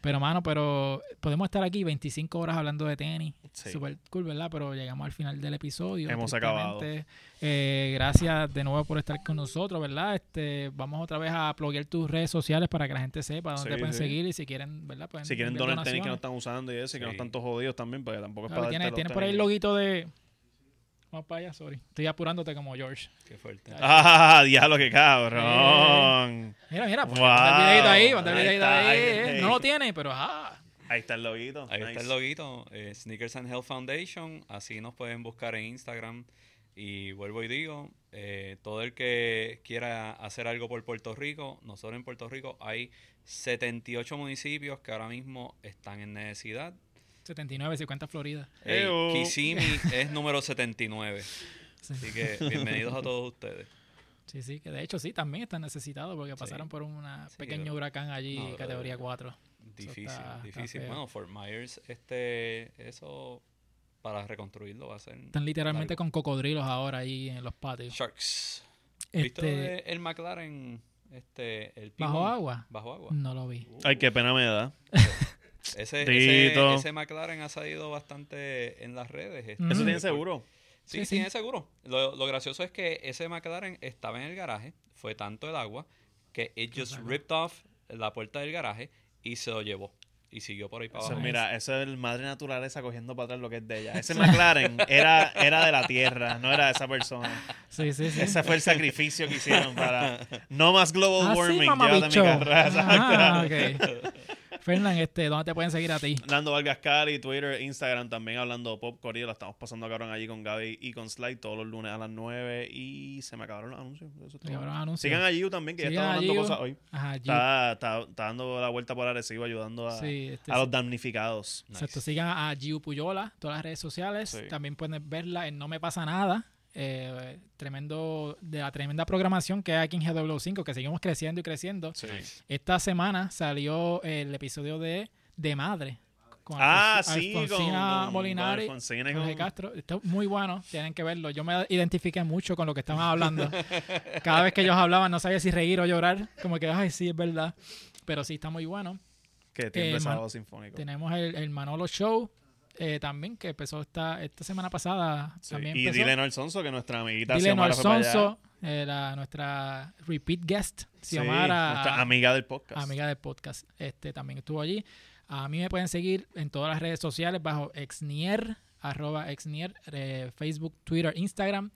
S1: Pero, mano, pero podemos estar aquí 25 horas hablando de tenis.
S2: Sí.
S1: Super cool, ¿verdad? Pero llegamos al final del episodio.
S2: Hemos
S1: tristemente. Eh, gracias de nuevo por estar con nosotros, ¿verdad? Este, vamos otra vez a pluguear tus redes sociales para que la gente sepa dónde
S2: Sí,
S1: pueden
S2: sí.
S1: seguir y si quieren, ¿verdad? Pueden
S2: Si quieren
S1: enviar
S2: donar tenis que no
S1: donaciones.
S2: están usando y eso, y que no
S3: Sí.
S2: están todos jodidos también, porque tampoco es
S1: Ah,
S2: para
S1: Tienes,
S2: darte los
S1: tienes por ahí el
S2: tenis.
S1: loguito de... Vamos para allá, sorry. Estoy apurándote como George.
S3: Qué fuerte.
S2: [LAUGHS] ¡Ah, diablo, qué cabrón!
S1: Mira, mira, pues,
S2: Wow.
S1: ponte el videito ahí, ponte el
S2: Ahí
S1: videito
S2: está,
S1: ahí.
S2: ahí,
S1: eh.
S2: ahí.
S1: No lo tiene, pero ah. ajá.
S2: Ahí está el loguito.
S3: Ahí
S2: nice.
S3: está el loguito, eh, Sneakers and Health Foundation, así nos pueden buscar en Instagram. Y vuelvo y digo, eh, todo el que quiera hacer algo por Puerto Rico, nosotros en Puerto Rico hay 78 municipios que ahora mismo están en necesidad.
S1: 79, 50 Florida.
S3: Ey,
S2: Ew.
S3: Kissimmee es número 79,
S1: Sí.
S3: así que bienvenidos a todos ustedes.
S1: sí, sí, que de hecho sí, también están necesitados porque pasaron por un
S3: Sí,
S1: pequeño
S3: pero-
S1: huracán allí,
S3: No, pero-
S2: eh,
S1: categoría 4.
S3: Difícil,
S1: está- está
S3: difícil.
S1: feo.
S3: bueno, Fort Myers, este, eso para reconstruirlo va a ser...
S1: Están literalmente
S3: largo.
S1: con cocodrilos ahora ahí en los patios.
S3: Sharks. ¿Viste lo
S1: Este,
S3: de el McLaren este, el
S1: ¿Bajo
S3: P1?
S1: agua? Mm.
S3: Bajo agua.
S1: No lo vi.
S3: Uh,
S2: Ay, qué pena me da.
S3: ese,
S2: Tito.
S3: ese, ese McLaren ha salido bastante en las redes. este,
S1: Mm.
S2: Eso
S1: Eso
S2: tiene
S1: tiene
S2: seguro.
S1: Sí,
S3: Sí, sí,
S1: sí.
S3: tiene seguro. Lo, lo gracioso es que ese McLaren estaba en el garaje, fue tanto el agua que it just
S1: raro.
S3: ripped off la puerta del garaje y se lo llevó. Y siguió por ahí para
S1: Eso
S3: abajo.
S1: es
S2: mira, eso es el madre naturaleza cogiendo para atrás lo que es de ella.
S1: [LAUGHS]
S2: Ese McLaren era, era de la tierra, no era de esa persona.
S1: Sí, sí, sí.
S2: [LAUGHS] Ese fue el sacrificio que hicieron para no más global
S1: Ah, sí,
S2: warming. Llévate
S1: mamabicho.
S2: mi [LAUGHS] carrera.
S1: Ah, ok. Fernán, este, ¿dónde te pueden seguir a
S2: [LAUGHS]
S1: ti?
S2: Nando Vargas Cali, Twitter, Instagram, también hablando pop corrido. La estamos pasando cabrón allí con Gaby y con Sly todos los lunes a las 9. Y se me acabaron los anuncios. Eso es todo.
S1: Cabrón, anuncio.
S2: Sigan a Giu también, que ya
S1: Sigan
S2: estamos
S1: a
S2: hablando
S1: Giu.
S2: cosas hoy.
S1: Ajá, G.
S2: Está, está, está dando la vuelta por Arecibo, ayudando a,
S1: Sí, este,
S2: a los damnificados.
S3: Nice.
S1: Exacto, sigan a Giu Puyola, todas las redes sociales.
S2: Sí.
S1: También pueden verla en No Me Pasa Nada. eh, tremendo, de la tremenda programación que hay aquí en GW5, que seguimos creciendo y creciendo.
S2: Sí.
S3: Nice.
S1: Esta semana salió el episodio de De Madre. Con
S2: Ah,
S1: Alfons-
S2: sí, con,
S1: Alfonsina
S2: con-
S1: Molinari.
S2: con Alfonsina y
S1: Jorge
S2: con-
S1: Castro, está muy bueno, tienen que verlo. Yo me identifiqué mucho con lo que estaban
S2: [LAUGHS]
S1: hablando. Cada vez que ellos hablaban no sabía si reír o llorar, como que, ay, sí, es verdad. Pero sí, está muy bueno.
S2: que tiene
S1: Eh,
S2: sábado
S1: man-
S2: sinfónico.
S1: Tenemos el, el Manolo Show eh, también, que empezó esta, esta semana pasada.
S2: Sí.
S1: También
S2: Y
S1: empezó.
S2: Dileno Alsonso, que nuestra amiguita
S1: Dileno
S2: Xiomara fue para allá.
S1: Alonso, eh, la- nuestra repeat guest,
S2: Sí,
S1: Xiomara,
S2: nuestra amiga del podcast.
S1: amiga del podcast, este también estuvo allí. A mí me pueden seguir en todas las redes sociales bajo exnier, arroba exnier, eh, Facebook, Twitter, Instagram.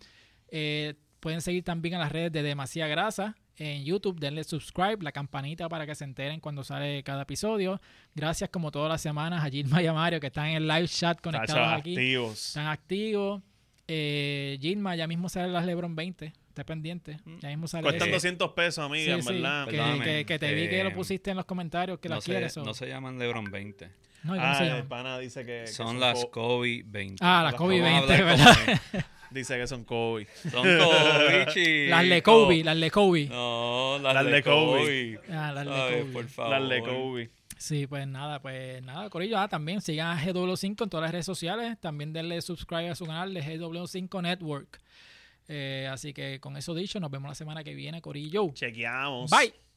S1: Eh, pueden seguir también en las redes de Demasía Grasa. En YouTube, denle subscribe, la campanita para que se enteren cuando sale cada episodio. Gracias, como todas las semanas, a Gilma y a Mario que están en el live chat
S2: Tacho,
S1: conectados aquí.
S2: activos.
S1: Están activos. Eh, Gilma, ya mismo sale las Lebron 20. Esté pendiente. Ya mismo sale.
S2: Cuestan
S1: eso.
S3: Eh,
S2: 200 pesos,
S1: Sí,
S2: amiga, en
S1: sí,
S2: verdad.
S1: que,
S3: Perdóname,
S1: que- que te vi que lo
S3: eh,
S1: pusiste en los comentarios que
S3: No,
S1: la
S3: se,
S1: quieres. o-
S3: no se llaman LeBron 20.
S1: No, ¿cómo se
S2: Ah, el
S1: llama?
S2: pana dice que, que
S3: Son las
S2: co-
S3: Kobe 20.
S1: Ah,
S2: las
S1: las
S2: que
S1: Kobe
S3: Vamos a
S1: 20,
S3: hablar
S1: ¿verdad?
S2: Dice que son Kobe. [LAUGHS]
S3: Son Kobe, chicos.
S1: Las de Kobe, las de Kobe.
S3: No, las,
S2: Las
S3: de,
S2: de Kobe.
S3: Kobe.
S1: Ah, las
S3: Ay,
S1: de Kobe.
S3: por favor.
S2: Las de Kobe.
S1: Sí, pues nada, pues nada, Corillo. Ah, también sigan a GW5 en todas las redes sociales. También denle subscribe a su canal de GW5 Network. Eh, así que con eso dicho, nos vemos la semana que viene, Corillo.
S2: Chequeamos.
S1: Bye.